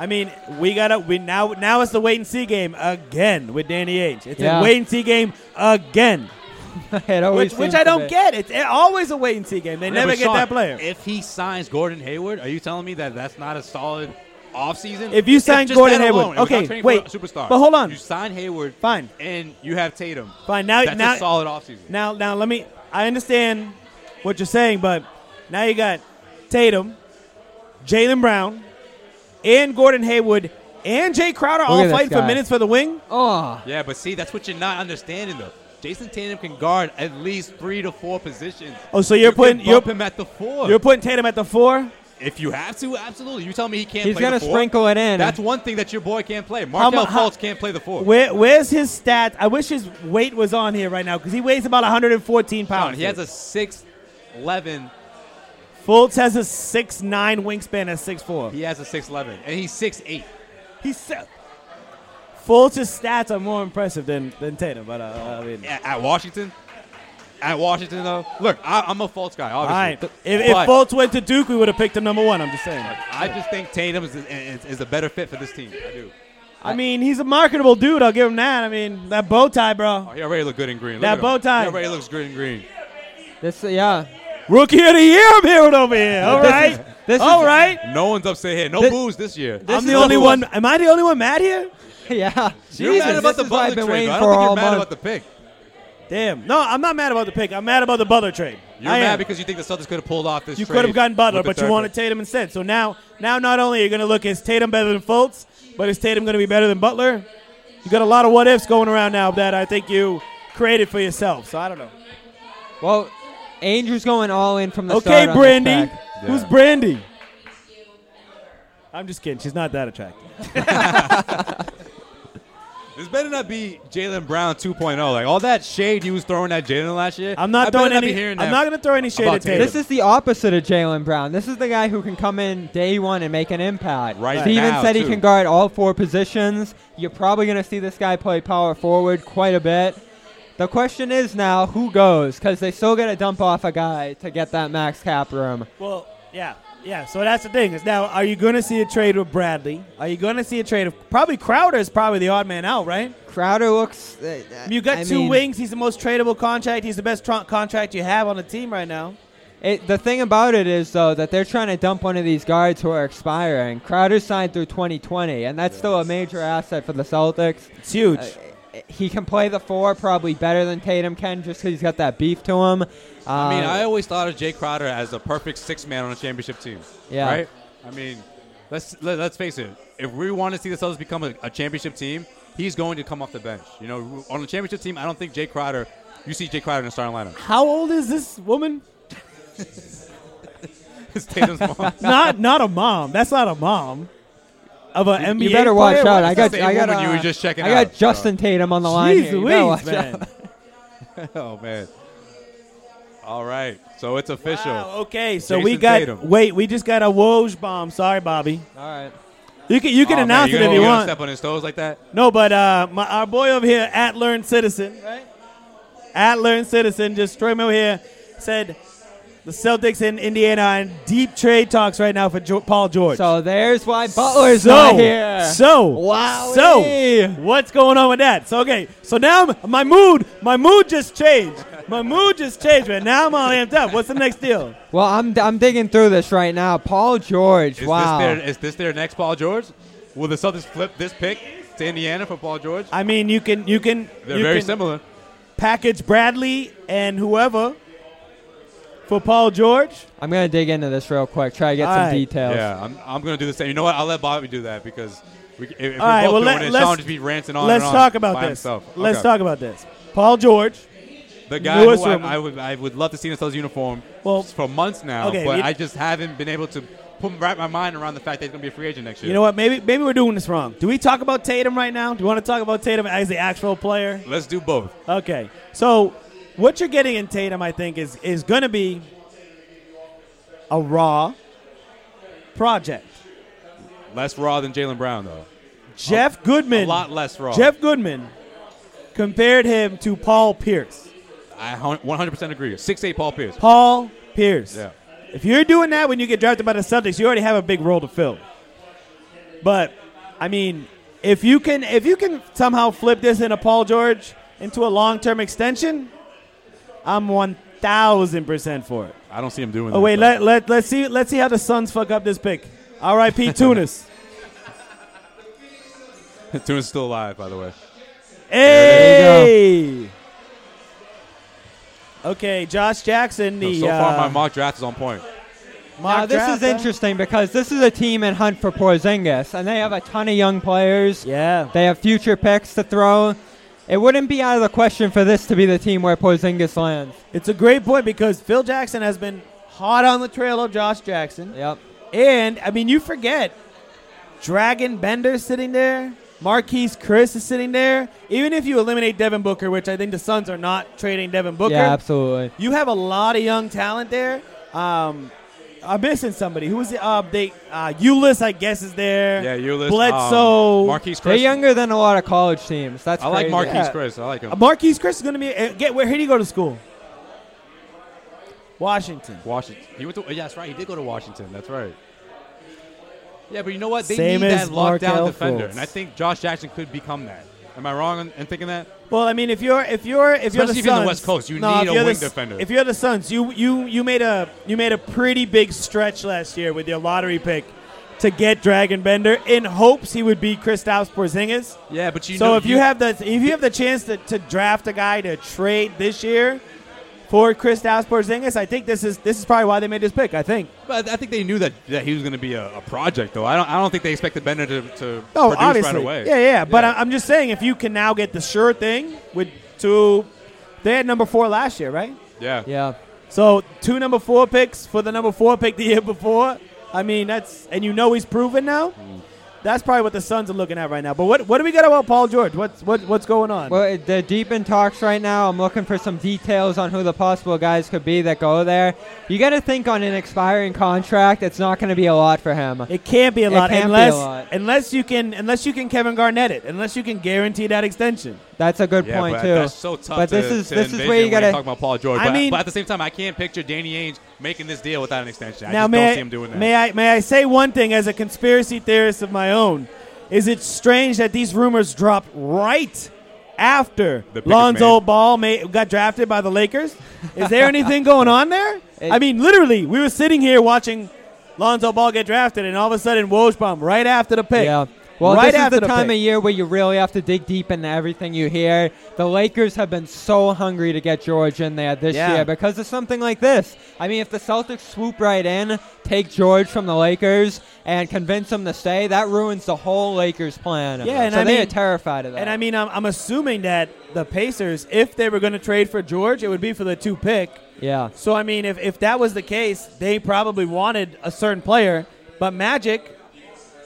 S5: I mean, we gotta we now now it's the wait and see game again with Danny Ainge. It's
S8: Yeah.
S5: a wait and see game again.
S8: <laughs> it always
S5: which, which
S8: seems
S5: I
S8: to
S5: don't
S8: be-
S5: get. It's always a wait and see game. They
S1: Yeah,
S5: never
S1: but
S5: get
S1: Sean,
S5: that player.
S1: If he signs Gordon Hayward, are you telling me that that's not a solid offseason?
S5: If you sign
S1: just
S5: Gordon
S1: that
S5: Hayward-
S1: alone, and we're
S5: okay,
S1: not trading
S5: wait,
S1: for a superstar.
S5: but hold on.
S1: You sign Hayward,
S5: fine,
S1: and you have Tatum.
S5: Fine. Now,
S1: that's
S5: now
S1: a solid offseason.
S5: Now, now let me. I understand what you're saying, but now you got Tatum, Jalen Brown, and Gordon Haywood, and Jay Crowder
S1: Look
S5: all
S1: at this
S5: fighting for
S1: guy.
S5: minutes for the wing.
S8: Oh,
S1: Yeah, but see, that's what you're not understanding though. Jason Tatum can guard at least three to four positions.
S5: Oh, so you're
S1: you
S5: putting
S1: can
S5: you're
S1: bump him at the four.
S5: You're putting Tatum at the four.
S1: if you have to, absolutely. You tell me he can't.
S5: He's
S1: play
S5: gonna
S1: the four?
S5: sprinkle it in.
S1: That's one thing that your boy can't play.
S5: How mu-
S1: Markel
S5: how-
S1: Fultz can't play the four.
S5: Where, where's his stats? I wish his weight was on here right now because he weighs about 114
S1: Sean,
S5: pounds.
S1: he has a six eleven.
S5: Fultz has a six nine wingspan at six four.
S1: He has a six eleven, and he's six eight.
S5: He's se- Fultz's stats are more impressive than, than Tatum, but uh, I mean,
S1: at, at Washington. At Washington, though, look, I, I'm a Fultz guy.
S5: all
S1: Obviously,
S5: right. If, if
S1: But
S5: Fultz went to Duke, we would have picked him number one. I'm just saying.
S1: I just think Tatum is, is, is a better fit for this team. I do.
S5: I mean, he's a marketable dude. I'll give him that. I mean, that bow tie, bro.
S1: Oh, he already looked good in green. Look
S5: That
S1: at him.
S5: bow tie.
S1: He already looks good in green.
S8: This, yeah.
S5: Rookie of the year, I'm hearing over here. All right. All right.
S1: No one's upset here. No
S5: Thi-
S1: booze this year.
S5: I'm the only one. Am I the only one mad here?
S8: yeah.
S1: You're mad about the Butler trade. though. I don't think you're mad about the pick.
S5: Damn. No, I'm not mad about the pick. I'm mad about the Butler trade.
S1: You're
S5: I am.
S1: mad because you think the Celtics could have pulled off this.
S5: You
S1: trade
S5: could have gotten Butler,
S1: with the
S5: but you
S1: third
S5: wanted
S1: pick.
S5: Tatum instead. So now, now not only are you going to look is Tatum better than Fultz, but is Tatum going to be better than Butler? You got a lot of what ifs going around now that I think you created for yourself. So I don't know.
S8: Well, Andrew's going all in from the
S5: Okay,
S8: start. on this
S5: Brandy.
S8: pack.
S5: Who's Brandy? I'm just kidding. She's not that attractive.
S1: This better not be Jalen Brown 2.0. Like all that shade you was throwing at Jalen last year.
S5: I'm not
S1: I
S5: throwing
S1: better Not
S5: any-
S1: be hearing
S5: I'm
S1: that
S5: not gonna throw any shade
S1: about
S5: at Tatum.
S8: This is the opposite of Jalen Brown. This is the guy who can come in day one and make an impact.
S1: Right
S8: Steven
S1: now,
S8: said he
S1: too.
S8: can guard all four positions. You're probably going to see this guy play power forward quite a bit. The question is now who goes because they still got to dump off a guy to get that max cap room.
S5: well, yeah, yeah. So that's the thing is now, are you going to see a trade with Bradley? Are you going to see a trade of probably Crowder is probably the odd man out, right?
S8: Crowder looks. uh,
S5: you got
S8: I
S5: two
S8: mean-
S5: wings. He's the most tradable contract. He's the best tron- contract you have on the team right now.
S8: It, the thing about it is though that they're trying to dump one of these guards who are expiring. Crowder signed through 2020, and that's still a major asset for the Celtics. It's
S5: huge.
S8: he can play the four probably better than Tatum can, just because he's got that beef to him.
S1: I
S5: Um,
S1: mean,
S8: Uh,
S1: I always thought of Jay Crowder as a perfect six man on a championship team.
S8: Yeah.
S1: Right? I mean, let's let, let's face it. If we want to see the Celtics become a, a championship team, he's going to come off the bench. You know, on a championship team, I don't think Jay Crowder. You see Jay Crowder in the starting lineup. <laughs>
S5: How old is this
S8: <laughs>
S5: woman?
S1: It's
S5: <laughs>
S1: Tatum's mom.
S5: not not a mom. That's not a mom of an
S8: you
S5: NBA.
S8: better watch
S5: player.
S8: out.
S5: What
S8: I
S5: is
S8: got,
S5: that?
S8: I got,
S1: woman you
S8: uh,
S1: were just checking
S8: I got
S1: out, so.
S8: Justin Tatum on the line.
S5: Jeez
S8: here. You better
S5: Louise,
S8: watch out.
S5: man.
S1: oh man. All right, so it's official.
S5: Okay, so
S1: Jason
S5: we got.
S1: Tatum.
S5: Wait, we just got a Woj bomb. Sorry, Bobby.
S8: All right.
S5: You can you can
S1: Oh, man,
S5: announce
S1: gonna-
S5: it if you
S1: gonna
S5: want.
S1: Step on his toes like that.
S5: No, but uh, my, our boy over here at Learned Citizen, right? At Learned Citizen, just straight over here, said the Celtics in Indiana are in deep trade talks right now for jo- Paul George.
S8: So there's why Butler's
S5: so,
S8: not here.
S5: So
S8: wow.
S5: So what's going on with that? So okay, so now m- my mood, my mood just changed. My mood just changed, man. Now I'm all amped up. What's the next deal?
S8: Well, I'm, I'm digging through this right now. Paul George.
S1: Is
S8: wow.
S1: this their is this their next Paul George? Will the Celtics flip this pick to Indiana for Paul George?
S5: I mean, you can you can
S1: They're
S5: you
S1: very
S5: can
S1: similar.
S5: Package Bradley and whoever for Paul George.
S8: I'm gonna dig into this real quick. Try to get some
S5: Alright.
S8: details.
S1: Yeah, I'm, I'm gonna do the same. You know what? I'll let Bobby do that because we, if, if
S5: All right,
S1: we're both
S5: well,
S1: doing
S5: let,
S1: it,
S5: let's,
S1: Sean just be ranting on.
S5: let's
S1: and on
S5: talk about
S1: by
S5: this.
S1: Himself.
S5: Let's
S1: Okay.
S5: talk about this. Paul George.
S1: The guy
S5: newest
S1: who I,
S5: rookie.
S1: I would I would love to see in a Celtics uniform
S5: Well,
S1: for months now,
S5: okay,
S1: but
S5: we-
S1: I just haven't been able to put wrap my mind around the fact that he's gonna be a free agent next year.
S5: You know what? Maybe maybe we're doing this wrong. Do we talk about Tatum right now? Do you want to talk about Tatum as the actual player?
S1: Let's do both.
S5: Okay. So what you're getting in Tatum, I think, is is going to be a raw project.
S1: Less raw than Jalen Brown though.
S5: Jeff Goodman,
S1: a lot less raw.
S5: Jeff Goodman compared him to Paul Pierce.
S1: I hun- 100% agree. Six eight Paul Pierce.
S5: Paul Pierce.
S1: Yeah.
S5: If you're doing that when you get drafted by the Celtics, you already have a big role to fill. But I mean, if you can if you can somehow flip this into Paul George into a long term extension, I'm one thousand percent for it.
S11: I don't see him doing
S5: Oh
S11: that.
S5: wait,
S11: though.
S1: <laughs>
S5: let let let's see let's see how the Suns fuck up this pick. R.I.P. Tunis.
S11: Tunis is still alive, by the way.
S5: hey. Okay, Josh Jackson. The
S11: so far,
S5: uh,
S11: my mock draft is on point.
S8: Now, this is interesting because this is a team in hunt for Porzingis, and they have a ton of young players.
S5: Yeah.
S8: They have future picks to throw. It wouldn't be out of the question for this to be the team where Porzingis lands.
S5: It's a great point because Phil Jackson has been hot on the trail of Josh Jackson.
S8: Yep.
S5: And I mean, you forget Dragon Bender sitting there. Marquise Chris is sitting there. Even if you eliminate Devin Booker, which I think the Suns are not trading Devin Booker,
S8: Yeah, absolutely.
S5: you have a lot of young talent there. Um, I'm missing somebody. Who is it? Uh, they uh, Ulyss, I guess, is there.
S8: Yeah, Ulyss,
S5: Bledsoe.
S8: um, Marquise Chris. They're younger than a lot of college teams. That's
S5: I like
S8: crazy.
S5: Marquise Yeah. Chris. I Uh, Marquise Chris is going to be. Uh, get where? Where did he go to school? Washington.
S11: Washington. He went to. Yeah, that's right. He did go to Washington. That's right. Yeah, but you know what? They
S5: Same
S11: need
S5: as
S11: that lockdown
S5: Markelle
S11: defender,
S5: Fultz.
S11: and I think Josh Jackson could become that. Am I wrong in, in thinking that?
S5: Well, I mean, if you're if you're if you're the
S11: Especially if you're on
S5: Suns,
S11: the West Coast, you
S5: no,
S11: need
S5: if
S11: a
S5: you're the
S11: wing
S5: S-
S11: defender.
S5: If you're the Suns, you you you made a you made a pretty big stretch last year with your lottery pick to get Dragon Bender in hopes he would be Kristaps Porzingis.
S11: Yeah, but you
S5: so
S11: know-
S5: if you,
S11: you-
S5: have the if you have the chance to, to draft a guy to trade this year for Kristaps Porzingis, I think this is this is probably why they made this pick. I think.
S11: But I think they knew that, that he was going to be a, a project, though. I don't. I don't think they expected Bender to, to
S5: Oh,
S11: produce
S5: obviously.
S11: right away.
S5: Yeah, yeah. But I I'm just saying, if you can now get the sure thing with two, they had number four last year, right?
S11: Yeah.
S8: Yeah.
S5: So two number four picks for the number four pick the year before. I mean, that's and you know he's proven now. That's probably what the Suns are looking at right now. But what what do we got about Paul George? What's what what's going on?
S8: Well, they're deep in talks right now. I'm looking for some details on who the possible guys could be that go there. You got to think on an expiring contract. It's not going to be a lot for him.
S5: It can't be a lot
S8: can't be a
S5: unless
S8: lot.
S5: unless you can unless you can Kevin Garnett it unless you can guarantee that extension.
S8: That's a good
S11: Yeah,
S8: point
S11: but
S8: too.
S11: That's so tough.
S8: But
S11: to,
S8: this is
S11: to
S8: this is
S11: envision
S8: where you
S11: when
S8: got
S11: you're
S8: to
S11: talking about Paul George.
S5: I
S11: but,
S5: mean-
S11: but at the same time, I can't picture Danny Ainge making this deal without an extension. I
S5: now
S11: just
S5: may
S11: don't
S5: I,
S11: see him doing that.
S5: may I may I say one thing as a conspiracy theorist of my own? Is it strange that these rumors dropped right after
S11: The pick is
S5: Lonzo
S11: made.
S5: Ball may, got drafted by the Lakers? Is there anything going on
S8: <laughs>
S5: there? I mean, literally, we were sitting here watching Lonzo Ball get drafted, and all of a sudden, Wojbomb right after the pick.
S8: Yeah. Well,
S5: right
S8: this
S5: after
S8: is the time
S5: pick.
S8: of year where you really have to dig deep into everything you hear. The Lakers have been so hungry to get George in there this
S5: Yeah.
S8: year because of something like this. I mean, if the Celtics swoop right in, take George from the Lakers, and convince him to stay, that ruins the whole Lakers plan.
S5: Yeah, and
S8: so
S5: I
S8: they
S5: mean-
S8: are terrified of that.
S5: And I mean, I'm, I'm assuming that the Pacers, if they were going to trade for George, it would be for the two pick.
S8: Yeah.
S5: So I mean, if, if that was the case, they probably wanted a certain player. But Magic,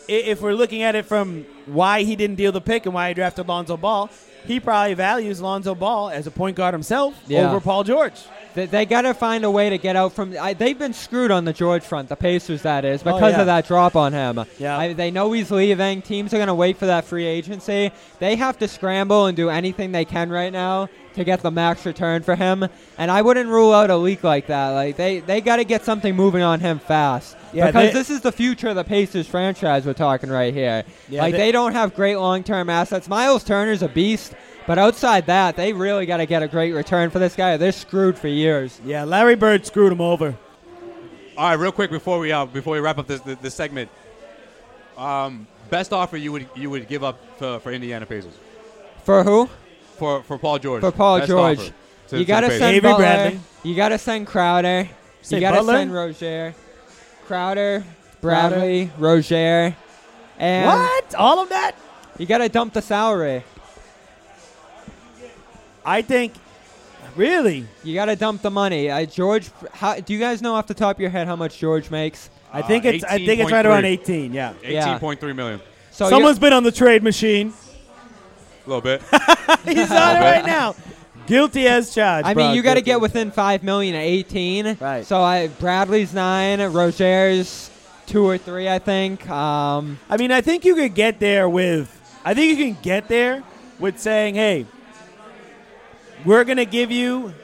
S5: i- if we're looking at it from why he didn't deal the pick and why he drafted Lonzo Ball, he probably values Lonzo Ball as a point guard himself
S8: Yeah.
S5: over Paul George.
S8: They, they got to find a way to get out from. I, they've been screwed on the George front, the Pacers, that is,
S5: Oh,
S8: because
S5: yeah.
S8: of that drop on him.
S5: Yeah.
S8: I, they know he's leaving. Teams are going to wait for that free agency. They have to scramble and do anything they can right now to get the max return for him. And I wouldn't rule out a leak like that. Like they, they got to get something moving on him fast.
S5: Yeah,
S8: because
S5: they-
S8: this is the future of the Pacers franchise we're talking right here.
S5: Yeah,
S8: like
S5: they-
S8: they, don't have great long-term assets. Miles Turner's a beast, but outside that, they really got to get a great return for this guy. or They're screwed for years.
S5: Yeah, Larry Bird screwed him over.
S11: All right, real quick before we uh, before we wrap up this this, this segment, um, best offer you would you would give up for, for Indiana Pacers
S8: For who?
S11: for for Paul George
S8: For Paul
S11: Best
S8: George.
S11: offer to-
S8: You
S11: to
S8: got to
S11: the Pacers.
S8: send Butler. You got to send Crowder.
S5: Say
S8: you got to
S5: Butler?
S8: send Rozier. Crowder, Bradley, Rozier. And
S5: What? All of that?
S8: You got to dump the salary.
S5: I think, really,
S8: you got to dump the money. Uh, George, how, do you guys know off the top of your head how much George makes?
S5: I think
S11: Uh,
S5: it's I think it's right around 18. Yeah.
S11: Eighteen point three million.
S8: So
S5: Someone's been on the trade machine.
S11: A little
S8: <laughs>
S11: bit.
S5: <laughs> He's on it right now. Guilty as charged.
S8: I
S5: bro.
S8: mean, you got to
S5: Guilty.
S8: get within five million of eighteen. Right. So I Bradley's nine, Rozier's two or three, I think. Um,
S5: I mean, I think you could get there with. I think you can get there with saying, "Hey, we're going to give you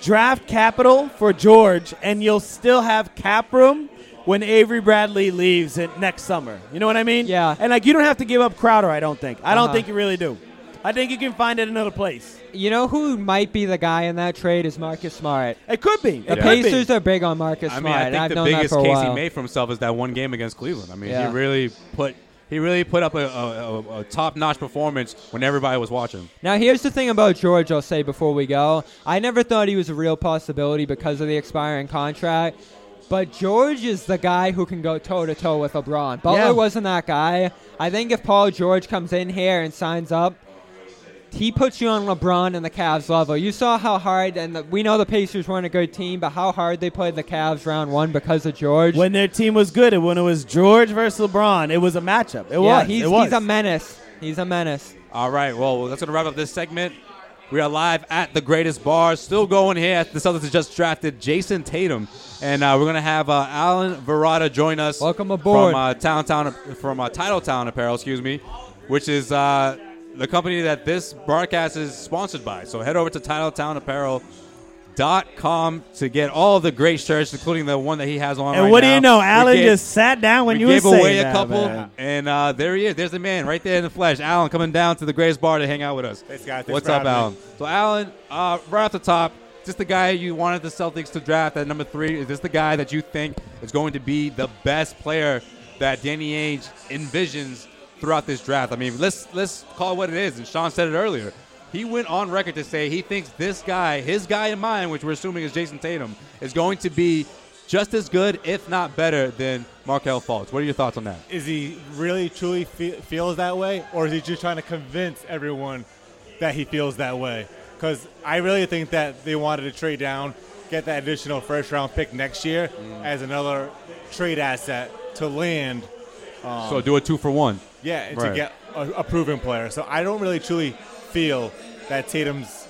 S5: draft capital for George, and you'll still have cap room when Avery Bradley leaves it next summer." You know what I mean? Yeah. And like, you don't have to give up Crowder. I don't think. I don't
S8: Uh-huh.
S5: think you really do. I think you can find it another place.
S8: You know who might be the guy in that trade is Marcus Smart.
S5: It could be.
S8: The
S1: It could be.
S8: Pacers are big on Marcus
S1: I mean,
S8: Smart.
S1: I think
S8: have
S1: the
S8: known
S1: biggest
S8: that for a
S1: case
S8: while.
S1: he made for himself is that one game against Cleveland. I mean,
S8: Yeah.
S1: he really put he really put up a, a, a, a top-notch performance when everybody was watching.
S8: Now, here's the thing about George, I'll say before we go. I never thought he was a real possibility because of the expiring contract, but George is the guy who can go toe to toe with LeBron. Butler
S7: Yeah.
S8: wasn't that guy. I think if Paul George comes in here and signs up, he puts you on LeBron and the Cavs level. You saw how hard, and the, we know the Pacers weren't a good team, but how hard they played the Cavs round one because of George.
S5: When their team was good, and when it was George versus LeBron, it was a matchup. It
S8: yeah,
S5: was.
S8: He's,
S5: it was.
S8: he's a menace. He's a menace.
S1: All right, well, that's going to wrap up this segment. We are live at the greatest bar, still going here. The Celtics have just drafted Jason Tatum, and uh, we're going to have uh, Alan Verada join us. Welcome
S8: aboard.
S1: from uh, Town Town from uh, Title Town Apparel, excuse me, which is uh, the company that this broadcast is sponsored by. So head over to TitleTownApparel.com to get all the great shirts, including the one that he has on.
S5: And
S1: right
S5: what do you
S1: now.
S5: know?
S1: We
S5: Alan
S1: gave-
S5: just sat down when
S1: we
S5: you
S1: gave
S5: were saying
S1: away a
S5: that,
S1: couple,
S5: man.
S1: and uh, there he is. There's the man right there in the flesh. Alan coming down to the greatest bar to hang out with us.
S3: Thanks, guys. Thanks
S1: What's
S3: for
S1: up,
S3: having me.
S1: Alan? So, Alan, uh, right off the top, just the guy you wanted the Celtics to draft at number three. Is this the guy that you think is going to be the best player that Danny Ainge envisions throughout this draft? I mean, let's let's call it what it is. And Sean said it earlier. He went on record to say he thinks this guy, his guy in mind, which we're assuming is Jason Tatum, is going to be just as good, if not better, than Markel Fultz. What are your thoughts on that?
S3: Is he really truly fe- feels that way, or is he just trying to convince everyone that he feels that way? Because I really think that they wanted to trade down, get that additional first round pick next year
S1: Mm.
S3: as another trade asset to land. um,
S1: so do a two for one.
S3: Yeah, and
S1: Right.
S3: to get a, a proven player. So I don't really truly feel that Tatum's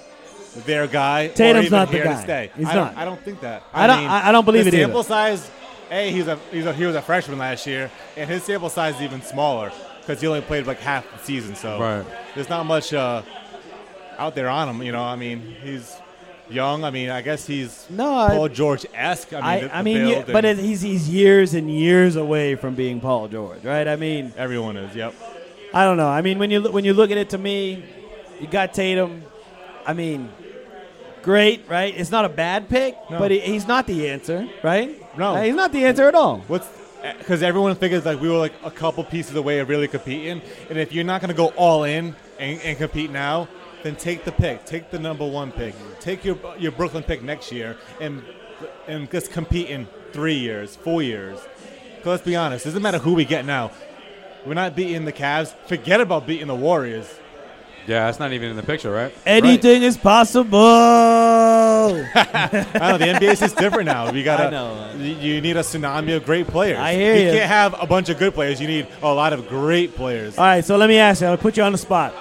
S3: their guy. or
S5: Tatum's
S3: even
S5: not the
S3: here to
S5: guy.
S3: stay.
S5: He's
S3: I don't,
S5: not.
S3: I don't think that.
S5: I don't- I- I don't believe
S3: the
S5: it either.
S3: Sample size. Hey, he's a, he's a he was a freshman last year, and his sample size is even smaller because he only played like half the season. So
S1: Right.
S3: there's not much uh, out there on him. You know, I mean, he's young. I mean, I guess he's
S5: No, I-
S3: Paul George esque. I mean,
S5: I,
S3: the- the
S5: I mean,
S3: build
S5: yeah,
S3: and-
S5: but it, he's he's years and years away from being Paul George, right? I mean,
S3: everyone is. Yep.
S5: I don't know. I mean, when you lo- when you look at it, to me, you got Tatum. I mean, great, right? It's not a bad pick,
S3: No.
S5: but he, he's not the answer, right?
S3: No.
S5: he's not the answer at all.
S3: What's because everyone figures like we were like a couple pieces away of really competing, and if you're not going to go all in and, and compete now, then take the pick, take the number one pick, take your your Brooklyn pick next year, and and just compete in three years, four years. 'Cause let's be honest, it doesn't matter who we get now. We're not beating the Cavs. Forget about beating the Warriors.
S1: Yeah, that's not even in the picture, right?
S5: Anything is possible.
S3: <laughs> I know the NBA is just different now. We
S5: <laughs>
S3: got
S5: I know.
S3: to you need a tsunami of great players.
S5: I hear
S3: you.
S5: ya.
S3: can't have a bunch of good players. You need a lot of great players.
S5: All right, so let me ask you. I'll put you on the spot.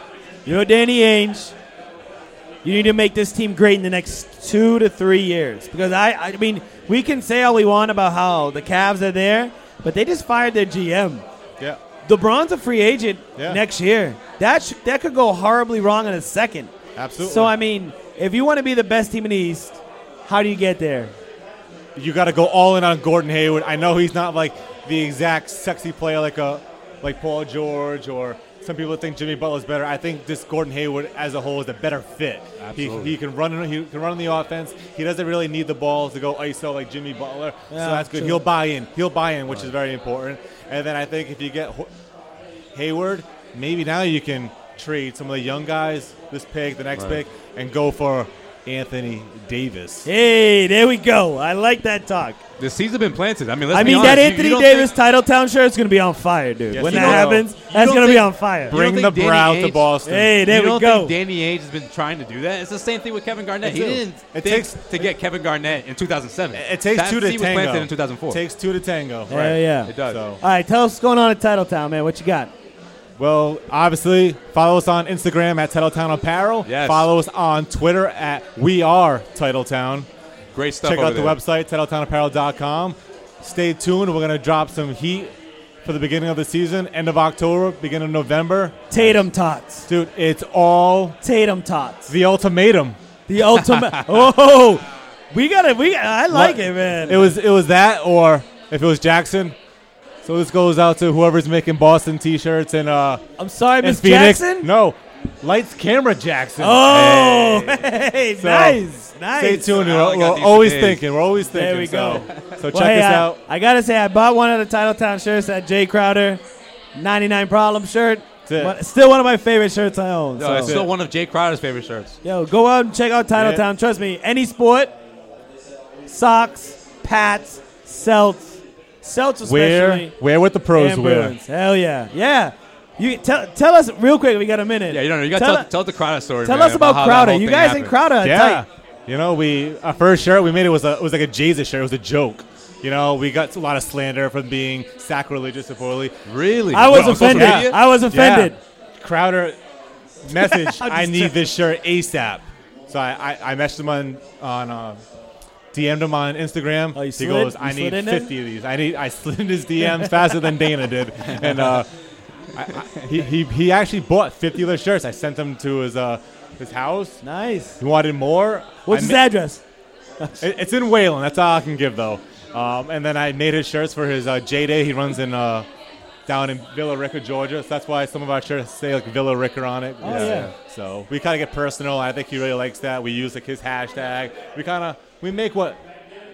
S5: You're Danny Ainge. You need to make this team great in the next two to three years because I, I mean, we can say all we want about how the Cavs are there, but they just fired their GM.
S3: Yeah.
S5: LeBron's a free agent
S3: Yeah.
S5: next year. That sh- that could go horribly wrong in a second.
S3: Absolutely.
S5: So I mean, if you want to be the best team in the East, how do you get there?
S3: You got to go all in on Gordon Hayward. I know he's not like the exact sexy player like a like Paul George or some people think Jimmy Butler's better. I think just Gordon Hayward as a whole is a better fit. He,
S1: Absolutely.
S3: he can run. He can run the offense. He doesn't really need the ball to go ISO like Jimmy Butler.
S5: Yeah,
S3: so that's good.
S5: true.
S3: He'll buy in. He'll buy in, which is very important. And then I think if you get Ho- Hayward, maybe now you can trade some of the young guys, this pick, the next
S5: Right.
S3: pick, and go for Anthony Davis.
S5: Hey, there we go. I like that talk.
S1: The seeds have been planted. I mean, let's
S5: I
S1: be
S5: mean,
S1: honest.
S5: that
S1: You- you
S5: Anthony
S1: don't
S5: Davis Titletown shirt is going to be on fire, dude.
S1: Yes,
S5: when
S1: you
S5: that
S1: don't-
S5: happens,
S1: you
S5: that's
S1: don't
S5: going to be
S1: think-
S5: on fire.
S1: You don't think Danny Ainge-
S5: Hey, there
S1: you
S5: we
S1: don't
S5: go.
S1: Think Danny Ainge has been trying to do that. It's the same thing with Kevin
S3: It
S1: Garnett. he
S3: do.
S1: didn't.
S3: It
S1: It
S3: takes-
S1: takes to get Kevin Garnett in 2007.
S3: It takes
S1: that
S3: two to
S1: seed
S3: tango.
S1: Was planted in 2004.
S3: Takes two to tango.
S5: Hell yeah.
S3: It does. So.
S5: All right, tell us what's going on at Titletown, man. What you got?
S3: Well, obviously, follow us on Instagram at Titletown Apparel.
S1: Yes.
S3: Follow us on Twitter at We Are Titletown.
S1: Great stuff
S3: Check
S1: over
S3: out the
S1: there.
S3: website, TitletownApparel.com. Stay tuned. We're going to drop some heat for the beginning of the season, end of October, beginning of November.
S5: Tatum Tots.
S3: Dude, it's all
S5: Tatum Tots.
S3: The ultimatum.
S5: The ultimate.
S3: <laughs>
S5: oh, we got to We I like it, man.
S3: It was it was that, or if it was Jackson. So this goes out to whoever's making Boston T-shirts and uh.
S5: I'm sorry,
S3: and
S5: Miss
S3: Phoenix.
S5: Jackson?
S3: No, Lights, camera, Jackson.
S5: Oh, hey, nice, nice.
S3: Stay tuned.
S5: Oh,
S3: We're,
S5: we
S3: we're
S5: got these
S3: always
S5: days.
S3: thinking. We're always thinking.
S5: There we go.
S3: So, so
S5: Well,
S3: check
S5: hey,
S3: us
S5: I-
S3: out.
S5: I, gotta say, I bought one of the Titletown shirts at Jay Crowder, 99 Problem shirt.
S1: it.
S5: One- Still one of my favorite shirts I own.
S1: No,
S5: so.
S1: it's still one of Jay Crowder's favorite shirts.
S5: Yo, go out and check out Titletown.
S1: Yeah.
S5: Trust me, any sport, Sox, Pats, Celts, Celts especially.
S3: Wear, wear what the pros
S5: and
S3: wear.
S5: Bruins. Hell yeah, yeah. You tell tell us real quick. We got a minute. Yeah,
S1: you don't know. You got to
S5: tell,
S1: tell, tell the Crowder story.
S5: tell
S1: man,
S5: us about
S1: how that
S5: Crowder.
S1: whole
S5: You
S1: thing
S5: guys in
S1: happened.
S5: Crowder are
S3: yeah. You know, we our first shirt we made it was a it was like a Jesus shirt. It was a joke. You know, we got a lot of slander from being sacrilegious and poorly.
S1: Really?
S5: I was What, on social offended. media? I was offended.
S3: Crowder message.
S5: <laughs> I'm
S3: I
S5: just
S3: need
S5: joking.
S3: this shirt ASAP. So I I, I messaged him on on. Uh, DM'd him on Instagram. he
S5: slid-
S3: goes,
S5: Oh, you
S3: "I need
S5: slid in
S3: 50
S5: there?
S3: of these. I need." I slid in his DMs faster than Dana did, and uh, I, I, he, he he actually bought 50 of those shirts. I sent them to his uh, his house.
S5: Nice.
S3: He wanted more.
S5: What's
S3: I
S5: his
S3: ma-
S5: address?
S3: it- it's in Wayland. That's all I can give though. Um, and then I made his shirts for his uh, J Day. He runs in uh, down in Villa Rica, Georgia. So that's why some of our shirts say like Villa Rica on it.
S5: Oh, yeah.
S3: So we kind of get personal. I think he really likes that. We use like his hashtag. We kind of we make what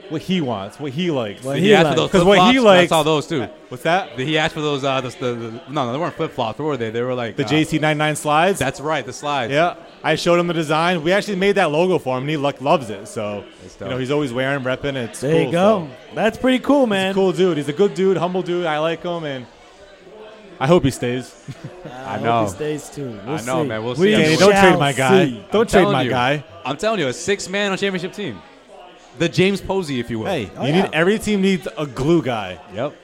S3: what he wants, what he likes.
S1: Did he ask for those
S3: Because what he
S1: flip-flops? I
S3: likes.
S1: saw those too.
S3: What's that?
S1: Did he asked for those? Uh, the, the, the, no, no, they weren't flip flops. What were they? They were like
S3: The
S1: uh,
S3: JC99 slides.
S1: That's right, the slides.
S3: Yeah, I showed him the design. We actually made that logo for him, and he lo- loves it. So you know,
S1: dope.
S3: he's always wearing, repping. it. It's
S5: There you
S3: cool,
S5: go. That's pretty cool, man.
S3: He's a cool dude. He's a good dude, humble dude. I like him, and I hope he stays.
S5: <laughs> I hope know. he stays tuned. We'll
S1: I know,
S5: see.
S1: man. We'll
S3: We
S1: see.
S3: Danny, don't shall trade my guy. see. Don't
S1: I'm
S3: trade
S1: telling
S3: my
S1: you.
S3: guy.
S1: I'm telling you, a six man on championship team, the James Posey, if you will.
S3: Hey,
S5: oh,
S3: you need every team needs a glue guy.
S1: Yep.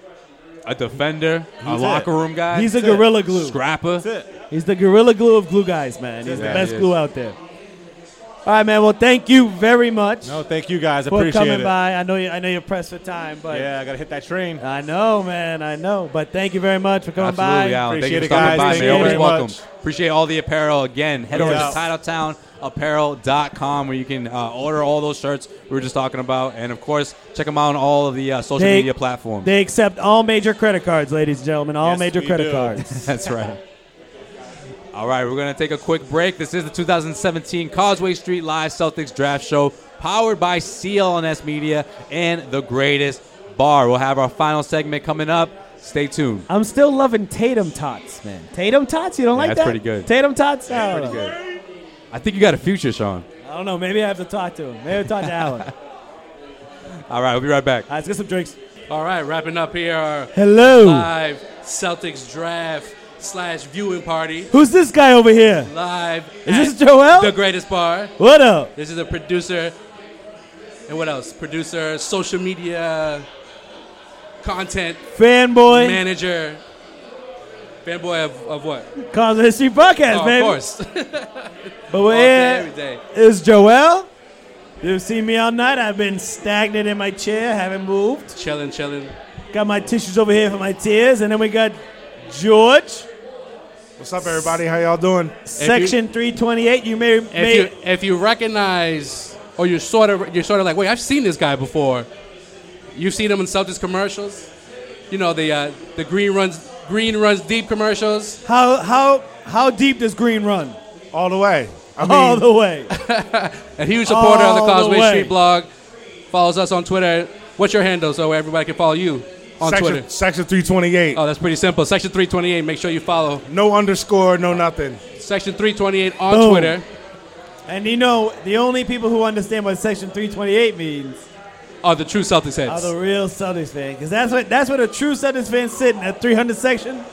S1: A defender, a
S5: He's
S1: locker
S5: it.
S1: room guy.
S5: He's a gorilla glue.
S1: Scrapper.
S5: He's the gorilla glue of glue guys, man. He's the
S1: Yeah,
S5: best
S1: he is.
S5: glue out there. All right, man. Well, thank you very much.
S3: No, thank you guys. I
S5: for
S3: appreciate
S5: coming
S3: it.
S5: by. I know you. I know you're pressed for time, but
S3: Yeah, I gotta hit that train.
S5: I know, man. I know. But thank you very much for coming by.
S1: Absolutely, Alan. Thank you for stopping by. man. You're always welcome. Appreciate all the apparel. Again, head
S5: No
S1: over to
S5: doubt.
S1: titletownapparel.com where you can uh, order all those shirts we were just talking about. And, of course, check them out on all of the uh, social
S5: They-
S1: media platforms.
S5: They accept all major credit cards, ladies and gentlemen. All major credit cards.
S1: <laughs> That's right. All right, we're going to take a quick break. This is the 2017 Causeway Street Live Celtics Draft Show, powered by CLNS Media and the greatest bar. We'll have our final segment coming up. Stay tuned.
S5: I'm still loving Tatum tots, man. Tatum tots. You don't like
S1: that's
S5: that?
S1: pretty good.
S5: Tatum tots. I don't
S1: Pretty
S5: know.
S1: good. I think you got a future, Sean.
S5: I don't know. Maybe I have to talk to him. Maybe I have to talk to
S1: <laughs>
S5: Alan. All
S1: All right, we'll be right back.
S5: right, let's get some drinks. Uh,
S6: All right, wrapping up here. Our
S5: Hello.
S6: Live Celtics draft slash viewing party.
S5: Who's this guy over here?
S6: Live.
S5: Is
S6: at
S5: this Joel?
S6: The greatest bar.
S5: What up?
S6: This is a producer. And what else? Producer, social media, content
S5: Fanboy.
S6: manager, fanboy of, of what?
S5: Cause of History podcast,
S6: Oh,
S5: baby.
S6: Of course. <laughs> Oh,
S5: But we're
S6: All day, every
S5: here.
S6: day.
S5: It's Joel. You've seen me all night. I've been stagnant in my chair, haven't moved.
S6: chilling, chilling.
S5: Got my tissues over here for my tears, and then we got George.
S2: What's up, everybody? How y'all doing?
S5: Section 328. You may, may
S6: If you if you recognize or you're sort of you're sort of like, wait, I've seen this guy before. You've seen him in Celtics commercials. You know the uh, the green runs green runs deep commercials.
S5: how how how deep does green run?
S2: All the way. I
S5: all
S6: mean-
S5: the way.
S6: A huge supporter of the
S5: All the
S6: Causeway
S5: way.
S6: Street blog. Follows us on Twitter. What's your handle so everybody can follow you on
S2: section,
S6: Twitter?
S2: Section 328.
S6: Oh, that's pretty simple. Section 328. Make sure you follow.
S2: No underscore, no nothing.
S6: Section 328 on
S5: Boom.
S6: Twitter.
S5: And you know, the only people who understand what Section 328 means
S6: Are the true Celtics
S5: are
S6: heads.
S5: the real Celtics fans, because that's what that's what a true Celtics fan sitting at 300 section.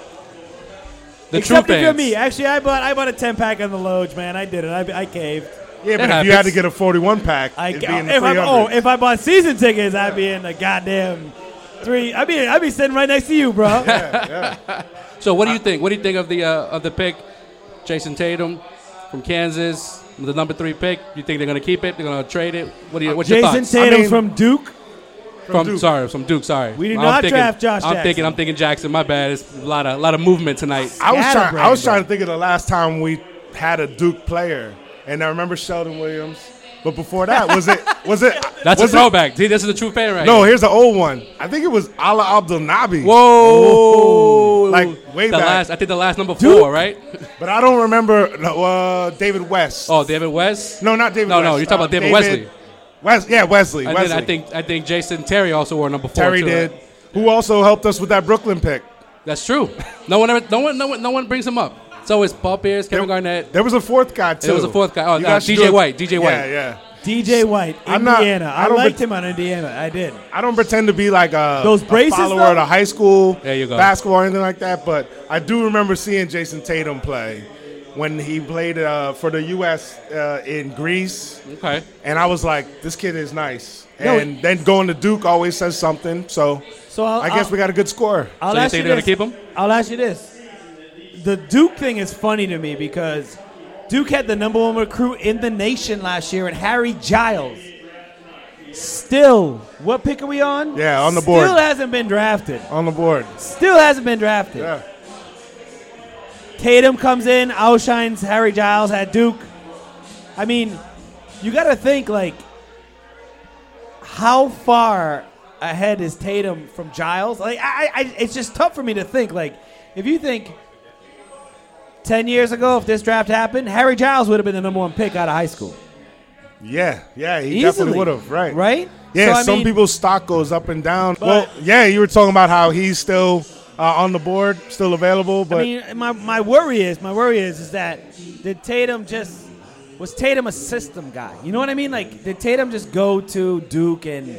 S6: The
S5: Except
S6: true
S5: if you're
S6: fans.
S5: me. Actually, I bought I bought a 10 pack on the Loge, man. I did it. I, I caved.
S2: Yeah, but if you had to get a 41 pack,
S5: I,
S2: it'd be in the
S5: if I,
S2: 300.
S5: oh, if I bought season tickets, I'd be in the goddamn three. I'd be I'd be sitting right next to you, bro.
S6: So what do you think? What do you think of the uh, of the pick, Jason Tatum from Kansas, the number three pick? You think they're going to keep it? They're going to trade it? What do you? <laughs> What's your
S5: Jason
S6: thoughts?
S5: Tatum from Duke.
S6: From, sorry, from Duke. Sorry,
S5: We did
S6: I'm
S5: not
S6: thinking-
S5: draft Josh
S6: I'm thinking.
S5: Jackson.
S6: I'm thinking Jackson. My bad. It's a lot of lot of movement tonight.
S2: I was trying. I was trying to think of the last time we had a Duke player, and I remember Sheldon Williams. But before that, was
S6: <laughs>
S2: it? Was it?
S6: That's
S2: was
S6: a throwback. See, this is a true fan right
S2: no,
S6: here.
S2: here's the old one. I think it was Ala Abdul Nabi.
S6: Whoa.
S2: Like way
S6: the
S2: back.
S6: last, I think the last number
S2: Dude.
S6: four, right?
S2: But I don't remember no, uh, David West.
S6: Oh, David West?
S2: No, not David
S6: No,
S2: West.
S6: no, you're talking
S2: Uh,
S6: about David Wesley.
S2: Wes- yeah, Wesley.
S6: And
S2: Wesley.
S6: then I think I think Jason Terry also wore number four.
S2: Terry
S6: too,
S2: did.
S6: right?
S2: Who also helped us with that Brooklyn pick.
S6: That's true. No one ever, no one, no one, no one brings him up. So it's Paul Pierce, Kevin Garnett.
S2: There was a fourth guy
S6: There
S2: too.
S6: was a fourth guy. Oh,
S2: You
S6: no,
S2: guys should
S6: DJ
S2: do a-
S6: White. DJ White.
S2: Yeah, yeah.
S5: DJ White,
S2: I'm not-
S5: Indiana.
S2: I
S5: I,
S2: don't
S5: liked
S2: pre-
S5: him on Indiana. I did.
S2: I don't pretend to be like a,
S5: Those
S2: a
S5: braces,
S2: follower of
S5: though?
S2: the high school
S5: There you go.
S2: basketball or anything like that, but I do remember seeing Jason Tatum play when he played uh, for the U.S. Uh, in Greece.
S6: Okay.
S2: And I was like, this kid is nice.
S5: No,
S2: and then going to Duke always says something. So,
S5: So I'll-
S2: I guess
S5: I'll-
S2: we got a good score.
S5: I'll ask you this. I'll ask you this. The Duke thing is funny to me because Duke had the number one recruit in the nation last year, and Harry Giles. Still, what pick are we on?
S2: Yeah, on the board.
S5: Still hasn't been drafted.
S2: On the board.
S5: Still hasn't been drafted. Tatum comes in, outshines Harry Giles at Duke. I mean, you got to think like how far ahead is Tatum from Giles? Like, I, I- I, it's just tough for me to think. Like, if you think ten years ago, if this draft happened, Harry Giles would have been the number one pick out of high school.
S2: Yeah, yeah, he
S5: Easily.
S2: definitely would have. Right.
S5: Right?
S2: Yeah,
S5: So, I
S2: some
S5: mean-
S2: people's stock goes up and down.
S5: But-
S2: well, yeah, you were talking about how he's still uh, on the board, still available, but
S5: I mean, my, my worry is my worry is is that did Tatum just was Tatum a system guy? You know what I mean? Like did Tatum just go to Duke and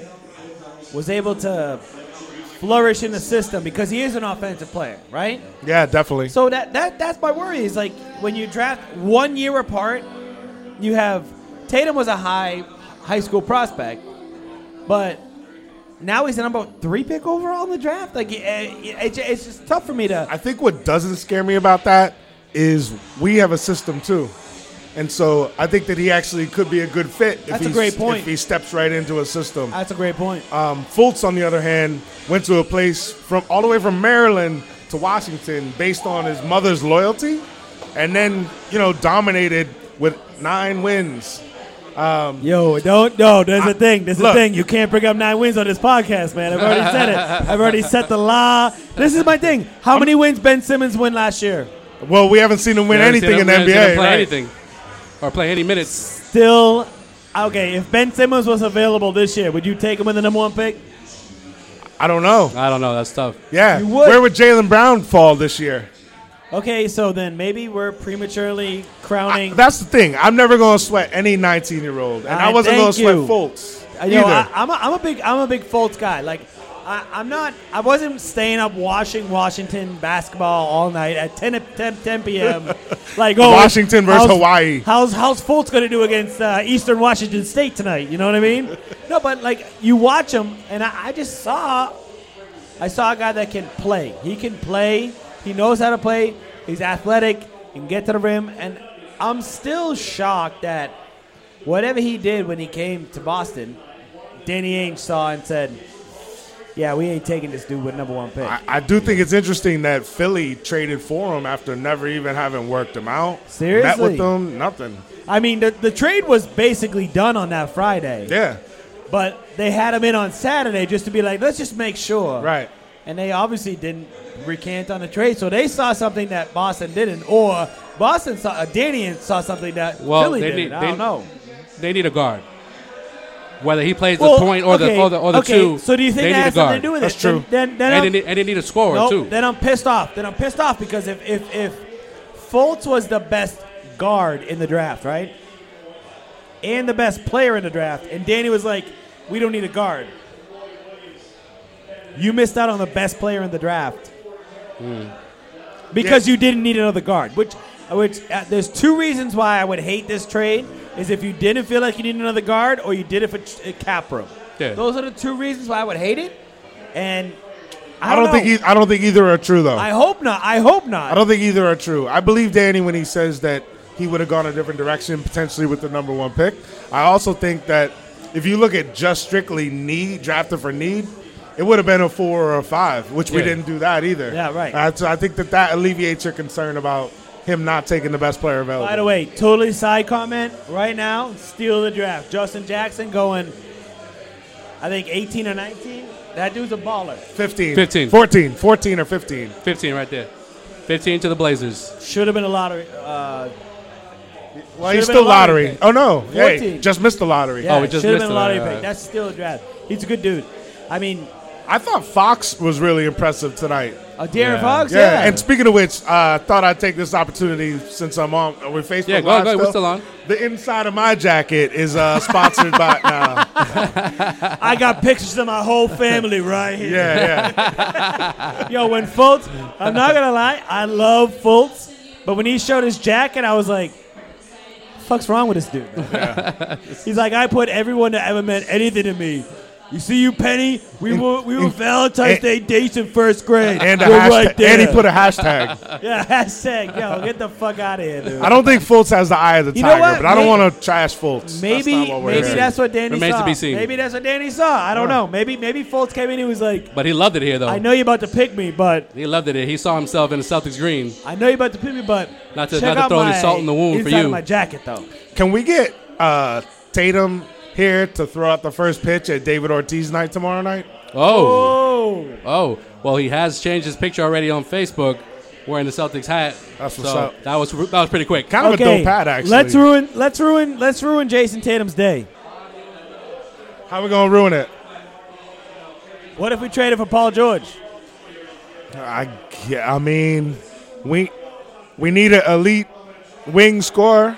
S5: was able to flourish in the system because he is an offensive player, right?
S2: yeah, definitely.
S5: So that that that's my worry is like when you draft one year apart, you have Tatum was a high high school prospect, but now he's the number three pick overall in the draft. Like it, it, it- it's just tough for me to.
S2: I think what doesn't scare me about that is we have a system too. And so I think that he actually could be a good fit if,
S5: That's a
S2: he's-
S5: great point.
S2: if he steps right into a system.
S5: That's a great point.
S2: Um, Fultz, on the other hand, went to a place from all the way from Maryland to Washington based on his mother's loyalty and then, you know, dominated with nine wins. Um,
S5: Yo, don't no. There's a thing. There's
S2: Look.
S5: a thing. You can't bring up nine wins on this podcast, man. I've already said it. I've already set the law. This is my thing. How many wins Ben Simmons win last year?
S2: Well, we haven't seen him win
S6: We haven't
S2: anything
S6: seen
S2: in
S6: him-
S2: the
S6: we
S2: NBA.
S6: haven't seen him Play
S2: right?
S6: anything or play any minutes.
S5: Still, okay. If Ben Simmons was available this year, would you take him with the number one pick?
S2: I don't know.
S6: I don't know. That's tough.
S2: Yeah.
S5: You would.
S2: Where would Jalen Brown fall this year?
S5: Okay, so then maybe we're prematurely crowning.
S2: That's the thing. I'm never going to sweat any 19 year old, and I,
S5: I
S2: wasn't going
S5: thank
S2: to sweat
S5: you.
S2: Fultz
S5: I-
S2: either.
S5: yo, I, I'm, a, I'm a big I'm a big Fultz guy. Like I, I'm not I wasn't staying up watching Washington basketball all night at 10 a- 10, 10 p.m.
S2: <laughs>
S5: like oh
S2: Washington versus
S5: how's-
S2: Hawaii.
S5: How's how's Fultz going to do against uh, Eastern Washington State tonight? You know what I
S2: <laughs>
S5: mean? no, but like you watch him, and I, I just saw I saw a guy that can play. He can play. He knows how to play. He's athletic. He can get to the rim. And I'm still shocked that whatever he did when he came to Boston, Danny Ainge saw and said, "Yeah, we ain't taking this dude with number one pick."
S2: I, I do think it's interesting that Philly traded for him after never even having worked him out. Met
S5: Seriously?
S2: with them, nothing.
S5: I mean, the, the trade was basically done on that Friday.
S2: Yeah.
S5: But they had him in on Saturday just to be like, let's just make sure.
S2: Right.
S5: And they obviously didn't recant on the trade, so they saw something that Boston didn't, or Boston saw, uh, Danny Ainge saw something that
S6: Well,
S5: Philly
S6: they
S5: didn't.
S6: need.
S5: I
S6: they,
S5: don't know.
S6: They need a guard. Whether he plays
S5: Well,
S6: the point or
S5: okay,
S6: the or the, or the
S5: okay,
S6: two,
S5: So do you think
S6: they
S5: that
S6: need a
S5: has
S6: guard.
S5: something to do with it? Then, then, then
S6: and,
S5: I'm-
S6: they need, and they need a scorer
S5: Nope,
S6: too.
S5: Then I'm pissed off. Then I'm pissed off because if if if Fultz was the best guard in the draft, right, and the best player in the draft, and Danny was like, "We don't need a guard." You missed out on the best player in the draft
S2: Hmm.
S5: because you didn't need another guard. Which, which uh, there's two reasons why I would hate this trade: is if you didn't feel like you needed another guard, or you did it for ch- uh, cap room.
S6: Yeah.
S5: Those are the two reasons why I would hate it. And
S2: I don't, think
S5: know.
S2: e- I don't think either are true though.
S5: I hope not. I hope not.
S2: Oh. I don't think either are true. I believe Danny when he says that he would have gone a different direction potentially with the number one pick. I also think that if you look at just strictly need drafted for need, it would have been a four or a five, which we
S5: Yeah.
S2: didn't do that either.
S5: Yeah, right.
S2: Uh, so I think that that alleviates your concern about him not taking the best player available.
S5: By the way, totally side comment right now. Steal the draft. Justin Jackson going, I think 18 or 19. That dude's a baller.
S2: 15.
S6: 15.
S2: 14. 14 or 15.
S6: 15 right there. 15 to the Blazers.
S5: Should have been a lottery. Uh,
S2: Well,
S5: should've
S2: he's
S5: been a
S2: still lottery.
S5: pick.
S2: Oh, no. Hey,
S5: 14.
S2: just missed the lottery.
S5: Yeah,
S2: Oh, we just
S5: should've
S2: missed
S5: been a
S2: the
S5: lottery
S2: lottery.
S5: pick. That's still a draft. He's a good dude. I mean,
S2: I thought Fox was really impressive tonight.
S5: Oh, De'Aaron Fox? Yeah.
S2: And speaking of which, I uh, thought I'd take this opportunity since I'm on. Are we Facebook
S6: Yeah, go
S2: Live
S6: ahead, go ahead. We're still on.
S2: The inside of my jacket is uh,
S5: <laughs>
S2: sponsored by. Nah.
S5: I got pictures of my whole family right here.
S2: Yeah,
S5: yeah. Yo, when Fultz, I'm not gonna lie, I love Fultz, but when he showed his jacket, I was like, "Fuck's wrong with this
S2: <laughs>
S5: dude?" He's like, "I put everyone that ever meant anything to me." You see, you Penny, we were we were Valentine's Day dates in first grade.
S2: And a
S5: You're
S2: hashtag-
S5: right there.
S2: and he put a hashtag.
S5: yeah, <laughs> hashtag. Yo, get the fuck out of here, dude.
S2: I don't think Fultz has the eye of the
S5: You know
S2: tiger,
S5: what?
S2: but I don't
S5: May-
S2: want to trash Fultz.
S5: Maybe
S2: that's not what we're
S5: maybe
S2: hearing.
S5: that's what Danny
S6: Remains
S5: saw.
S6: to be seen.
S5: Maybe that's what Danny saw. I don't know. Maybe maybe Fultz came in and was like,
S6: But he loved it here, though.
S5: I know you're about to pick me, but
S6: He loved it here. He saw himself in the Celtics green.
S5: I know you're about to pick me, but
S6: Not to-
S5: check
S6: not to
S5: out
S6: throw any
S5: my
S6: salt in the wound for
S5: inside of
S6: you.
S5: my jacket though.
S2: Can we get uh, Tatum here to throw out the first pitch at David Ortiz night tomorrow night?
S6: Oh. Oh. Well, he has changed his picture already on Facebook wearing the Celtics hat.
S2: That's
S5: what's
S6: so
S5: up.
S6: That was that was pretty quick.
S5: Oh, Let's ruin let's ruin let's ruin Jason Tatum's day.
S2: How we gonna ruin it?
S5: What if we traded for Paul George?
S2: I, yeah, I mean, we we need an elite wing scorer.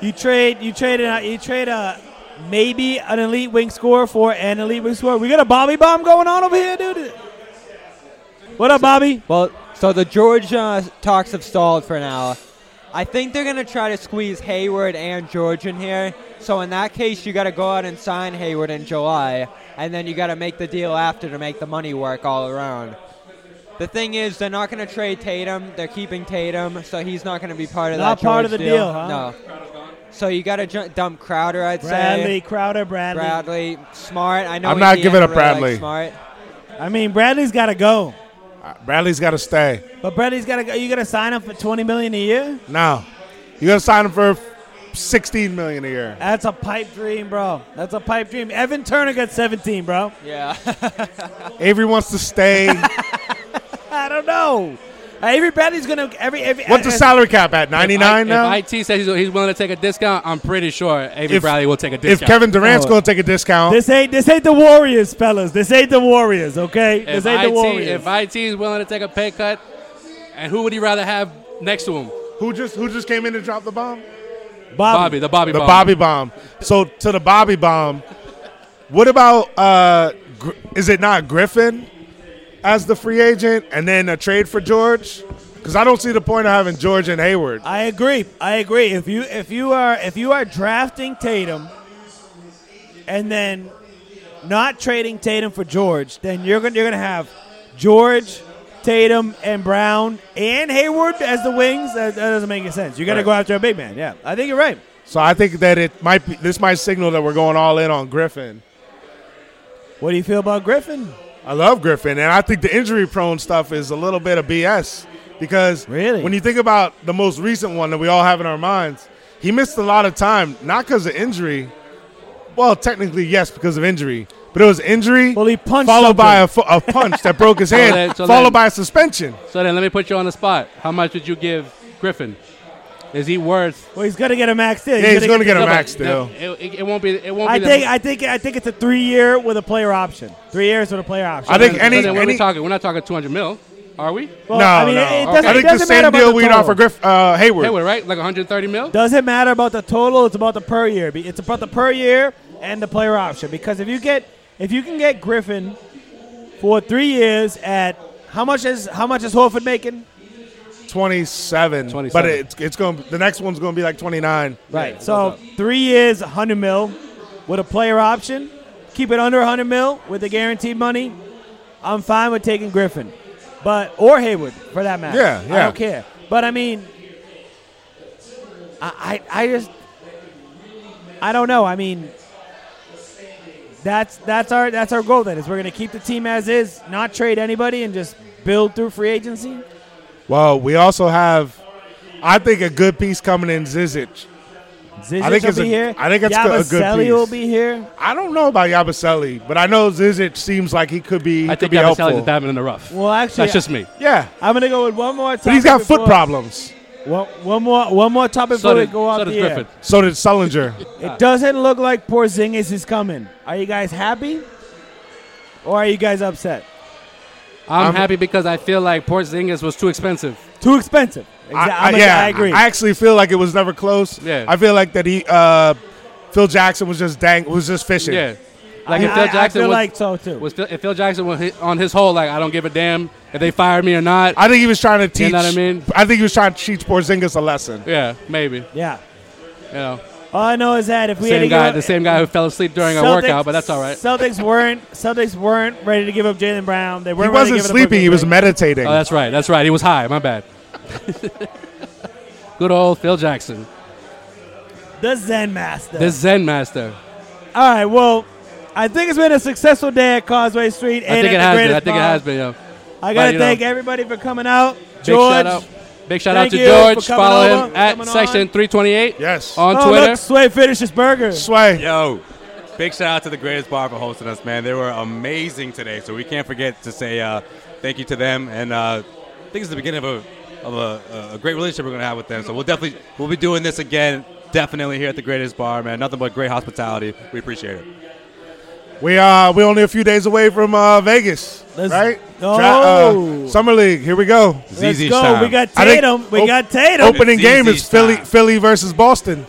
S5: You trade you trade an, you trade a maybe an elite wing scorer for an elite wing scorer. We got a Bobby bomb going on over here, dude. What up, Bobby?
S8: Well, so the George uh, talks have stalled for now. I think they're gonna try to squeeze Hayward and George in here. So in that case, you gotta go out and sign Hayward in July, and then you gotta make the deal after to make the money work all around. The thing is, they're not gonna trade Tatum. They're keeping Tatum, so he's not gonna be part of
S5: Not
S8: that.
S5: part
S8: George
S5: of the deal, huh?
S8: No. So you gotta ju- dump Crowder, I'd
S5: Bradley,
S8: say.
S5: Crowder, Bradley.
S8: Bradley, Smart. I know
S2: I'm not
S8: Indiana
S2: giving up
S8: really likes
S2: Bradley.
S8: Smart.
S5: I mean, Bradley's got to go.
S2: Bradley's got to stay.
S5: But Bradley's got to go. You got to sign him for 20 million a year?
S2: Now, you gotta sign him for sixteen million a year.
S5: That's a pipe dream, bro. That's a pipe dream. Evan Turner got 17, bro.
S8: Yeah.
S2: Avery wants to stay.
S5: <laughs>
S6: <laughs>
S5: I don't know. Uh, Avery Bradley's gonna every every.
S2: What's the
S5: uh,
S2: salary cap at? Ninety nine
S6: If I-
S2: now.
S6: If IT says he's, he's willing to take a discount, I'm pretty sure Avery
S2: If-
S6: Bradley will take a
S2: if
S6: discount. Oh.
S2: Kevin Durant's gonna take a discount,
S5: This ain't this ain't the Warriors, fellas. This ain't the Warriors, okay?
S6: If
S5: This ain't the
S6: IT,
S5: Warriors.
S6: if IT is willing to take a pay cut, and who would he rather have next to him?
S2: Who just who just came in to drop the bomb?
S5: Bobby,
S6: the Bobby
S2: the
S6: bomb.
S2: Bobby bomb. So to the Bobby bomb, what about uh, Gr- is it not Griffin as the free agent, and then a trade for George? Because I don't see the point of having George and Hayward.
S5: I agree. I agree. If you if you are if you are drafting Tatum and then not trading Tatum for George, then you're gonna you're gonna have George, Tatum, and Brown and Hayward as the wings. That, that doesn't make any sense. You gotta
S2: Right.
S5: go after a big man. Yeah, I think you're right.
S2: So I think that it might be this might signal that we're going all in on Griffin.
S5: What do you feel about Griffin?
S2: I love Griffin, and I think the injury prone stuff is a little bit of BS because really? when you think about the most recent one that we all have in our minds, he missed a lot of time not because of injury. Well, technically yes, because of injury, but it was injury. Well, he
S5: punched
S2: followed by a,
S6: something.
S2: fu- a punch that broke his
S6: <laughs> So
S2: hand,
S6: then- so
S2: followed
S6: then-
S2: by a suspension.
S6: So then, let me put you on the spot. How much would you give Griffin? Is he worth?
S5: Well, he's gonna get a max deal.
S6: No, but no, It, it won't be. It won't
S5: I
S6: be.
S5: think
S6: the,
S5: I think I think it's a three year with a player option. Three years with a player option.
S6: So then- So then what are we talking? We're not talking 200 mil, are we?
S5: Well, No, I mean, no. it- it doesn't-
S2: I think the same deal we'd offer Griff uh, Hayward.
S6: Hayward, right? Like 130 mil.
S5: Doesn't matter about the total. It's about the per year. Be- It's about the per year and the player option. Because if you get if you can get Griffin for three years at how much is how much is Horford making?
S2: 27, but
S5: 27.
S2: it's it's going to the next one's going to be like 29.
S5: Right. So three years, 100 mil, with a player option. Keep it under 100 mil with the guaranteed money. I'm fine with taking Griffin, but or Hayward for that matter.
S2: Yeah,
S5: I
S2: yeah.
S5: don't care. But I mean, I I, I just I don't know. I mean. That's that's our that's our goal. Then is we're gonna keep the team as is, not trade anybody, and just build through free agency.
S2: Well, we also have, I think, a good piece coming in Zizic.
S5: Zizic
S2: I think
S5: will
S2: it's
S5: be
S2: a,
S5: here.
S2: I think it's go- a good
S5: Yabaselli
S2: piece.
S5: will be here.
S2: I don't know about Yabaselli, but I know Zizic seems like he could be. he
S5: I
S2: could
S5: think
S2: be
S5: Yabaselli's
S2: helpful.
S5: a
S6: diamond in the rough.
S5: Well, actually,
S6: That's just me.
S2: Yeah,
S5: I'm gonna go with one more. Topic
S2: but he's got foot
S5: before-
S2: problems.
S5: One, one more, one more topic before we go out the air.
S2: So
S5: <laughs>
S2: did Sullinger.
S6: Uh,
S5: It doesn't look like Porzingis is coming. Are you guys happy, or are you guys upset?
S6: I'm,
S5: I'm-
S6: happy because I feel like Porzingis was too expensive.
S5: Too expensive.
S2: I, yeah, I actually feel like it was never close.
S6: Yeah.
S2: I feel like that he, uh, Phil Jackson was just dang, was just fishing.
S6: Yeah. Like
S2: I-
S6: if Phil
S2: I- I
S6: Jackson
S2: feel
S6: was,
S2: like
S5: so too.
S6: Was Phil, if Phil Jackson was hit on his whole, like I don't give a damn if they fired me or not.
S2: I think he was trying to teach.
S6: You know what I mean?
S2: I think he was trying to teach Porzingis a lesson.
S6: Yeah, maybe.
S5: Yeah.
S6: You know,
S5: All I know is that if we had to
S6: same guy,
S5: go,
S6: the same guy who fell asleep during a
S5: Celtics-
S6: workout, but that's all right.
S5: Celtics weren't Celtics weren't ready to give up Jalen Brown. They
S2: He
S5: weren't. ready
S2: wasn't
S5: to give it up
S2: sleeping. He was meditating.
S6: Oh, that's right. That's right. He was high. My bad. <laughs> Good old Phil Jackson,
S5: the Zen Master.
S6: the Zen master.
S5: All right. Well, I think it's been a successful day at Causeway Street.
S6: I
S5: and
S6: think
S5: at
S6: it
S5: the Greatest
S6: has been. I think it
S5: Mall.
S6: has been. Yeah.
S5: I
S6: But,
S5: gotta
S6: you know,
S5: thank everybody for coming out. George,
S6: Big shout out. Big shout out
S5: thank
S6: to
S5: you
S6: George.
S5: for coming
S6: Follow
S5: over,
S6: him
S5: for
S6: at
S5: coming on.
S6: section 328.
S2: Yes.
S6: On
S5: Oh,
S6: Twitter.
S5: look, Sway finished his burger.
S11: <laughs>
S2: Sway.
S11: Yo, big shout out to the greatest bar for hosting us, man. They were amazing today, so we can't forget to say uh, thank you to them. And uh, I think it's the beginning of a of a, a great relationship we're gonna have with them. So we'll definitely we'll be doing this again, definitely here at the greatest bar, man. Nothing but great hospitality. We appreciate it.
S2: We are we only a few days away from uh, Vegas, right?
S5: go.
S2: uh, Summer League. Here we go.
S5: Let's go. We got
S2: I think
S5: Tatum. We got Tatum.
S2: Opening
S5: It's
S2: game
S5: ZZ
S2: is Philly Philly versus Boston.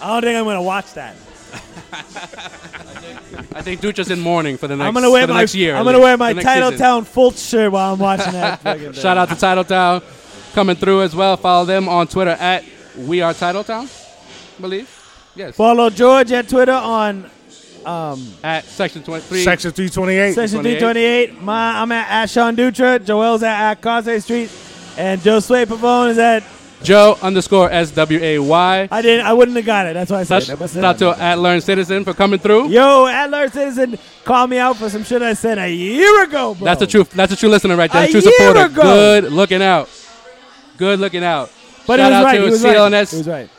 S5: I don't think I'm gonna watch that.
S6: I think Ducha's in mourning for the next.
S5: I'm gonna
S6: for
S5: wear
S6: the
S5: my
S6: next year.
S5: I'm gonna wear my
S6: the next
S5: Title
S6: season.
S5: Town Fultz shirt
S6: <laughs>
S5: while I'm watching that. fucking thing.
S6: Shout out to Title Town coming through as well. Follow them on Twitter at We Are Title Town, I believe. Yes.
S5: Follow George at Twitter on
S6: <laughs>
S5: um,
S6: At section 23.
S2: Section 328.
S5: Session 328. My, I'm at, at Sean Dutra. Joel's at, at Causeway Street. And Joe Sway Pavone is at.
S6: Joe underscore SWAY.
S5: I didn't. I wouldn't have got it. That's why I said it. I must have
S6: Shout out
S5: done
S6: to at Learn Citizen for coming through.
S5: Yo, Adler Citizen called me out for some shit I said a year ago, bro.
S6: That's a true. That's a true listener right there.
S5: A
S6: true
S5: year
S6: supporter.
S5: ago.
S6: Good looking out. Good looking out.
S5: But he
S6: Shout
S5: was
S6: out
S5: right,
S6: to
S5: he was right,
S6: CLNS
S5: he was right.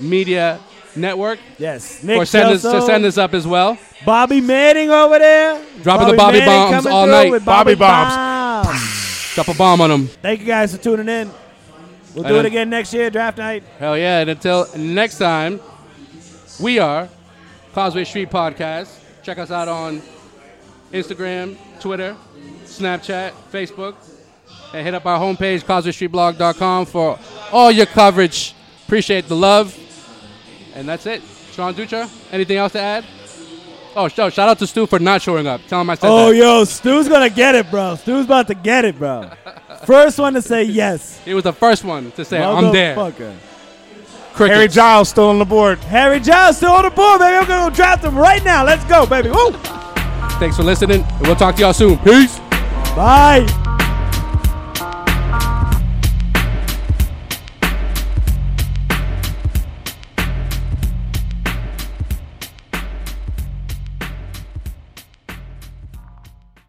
S6: Media Network.
S5: Yes.
S6: for
S5: Nick
S6: send us, to
S5: Celso.
S6: send us up as well.
S5: Bobby Manning over there.
S6: Dropping the Bobby
S5: Manning
S6: bombs
S5: coming
S6: all
S5: through
S6: night.
S5: with
S6: Bobby
S5: bombs.
S6: Drop a bomb on them.
S5: Thank you guys for tuning in. We'll do
S6: And-
S5: it again next year, draft night.
S6: Hell yeah. And until next time, we are Causeway Street Podcast. Check us out on Instagram, Twitter, Snapchat, Facebook, and hit up our homepage, causewaystreetblog.com, for all your coverage. Appreciate the love. And that's it. Sean Dutra, anything else to add? Oh, sh- oh, shout out to Stu for not showing up. Tell him I said
S5: Oh,
S6: that.
S5: yo, Stu's gonna get it, bro. Stu's about to get it, bro.
S6: <laughs>
S5: First one to say yes.
S6: He was the first one to say, I'm there.
S5: Motherfucker.
S2: Harry Giles still on the board.
S5: Harry Giles still on the board, baby. I'm gonna go draft him right now. Let's go, baby. Woo!
S6: Thanks for listening. and We'll talk to y'all soon. Peace.
S5: Bye.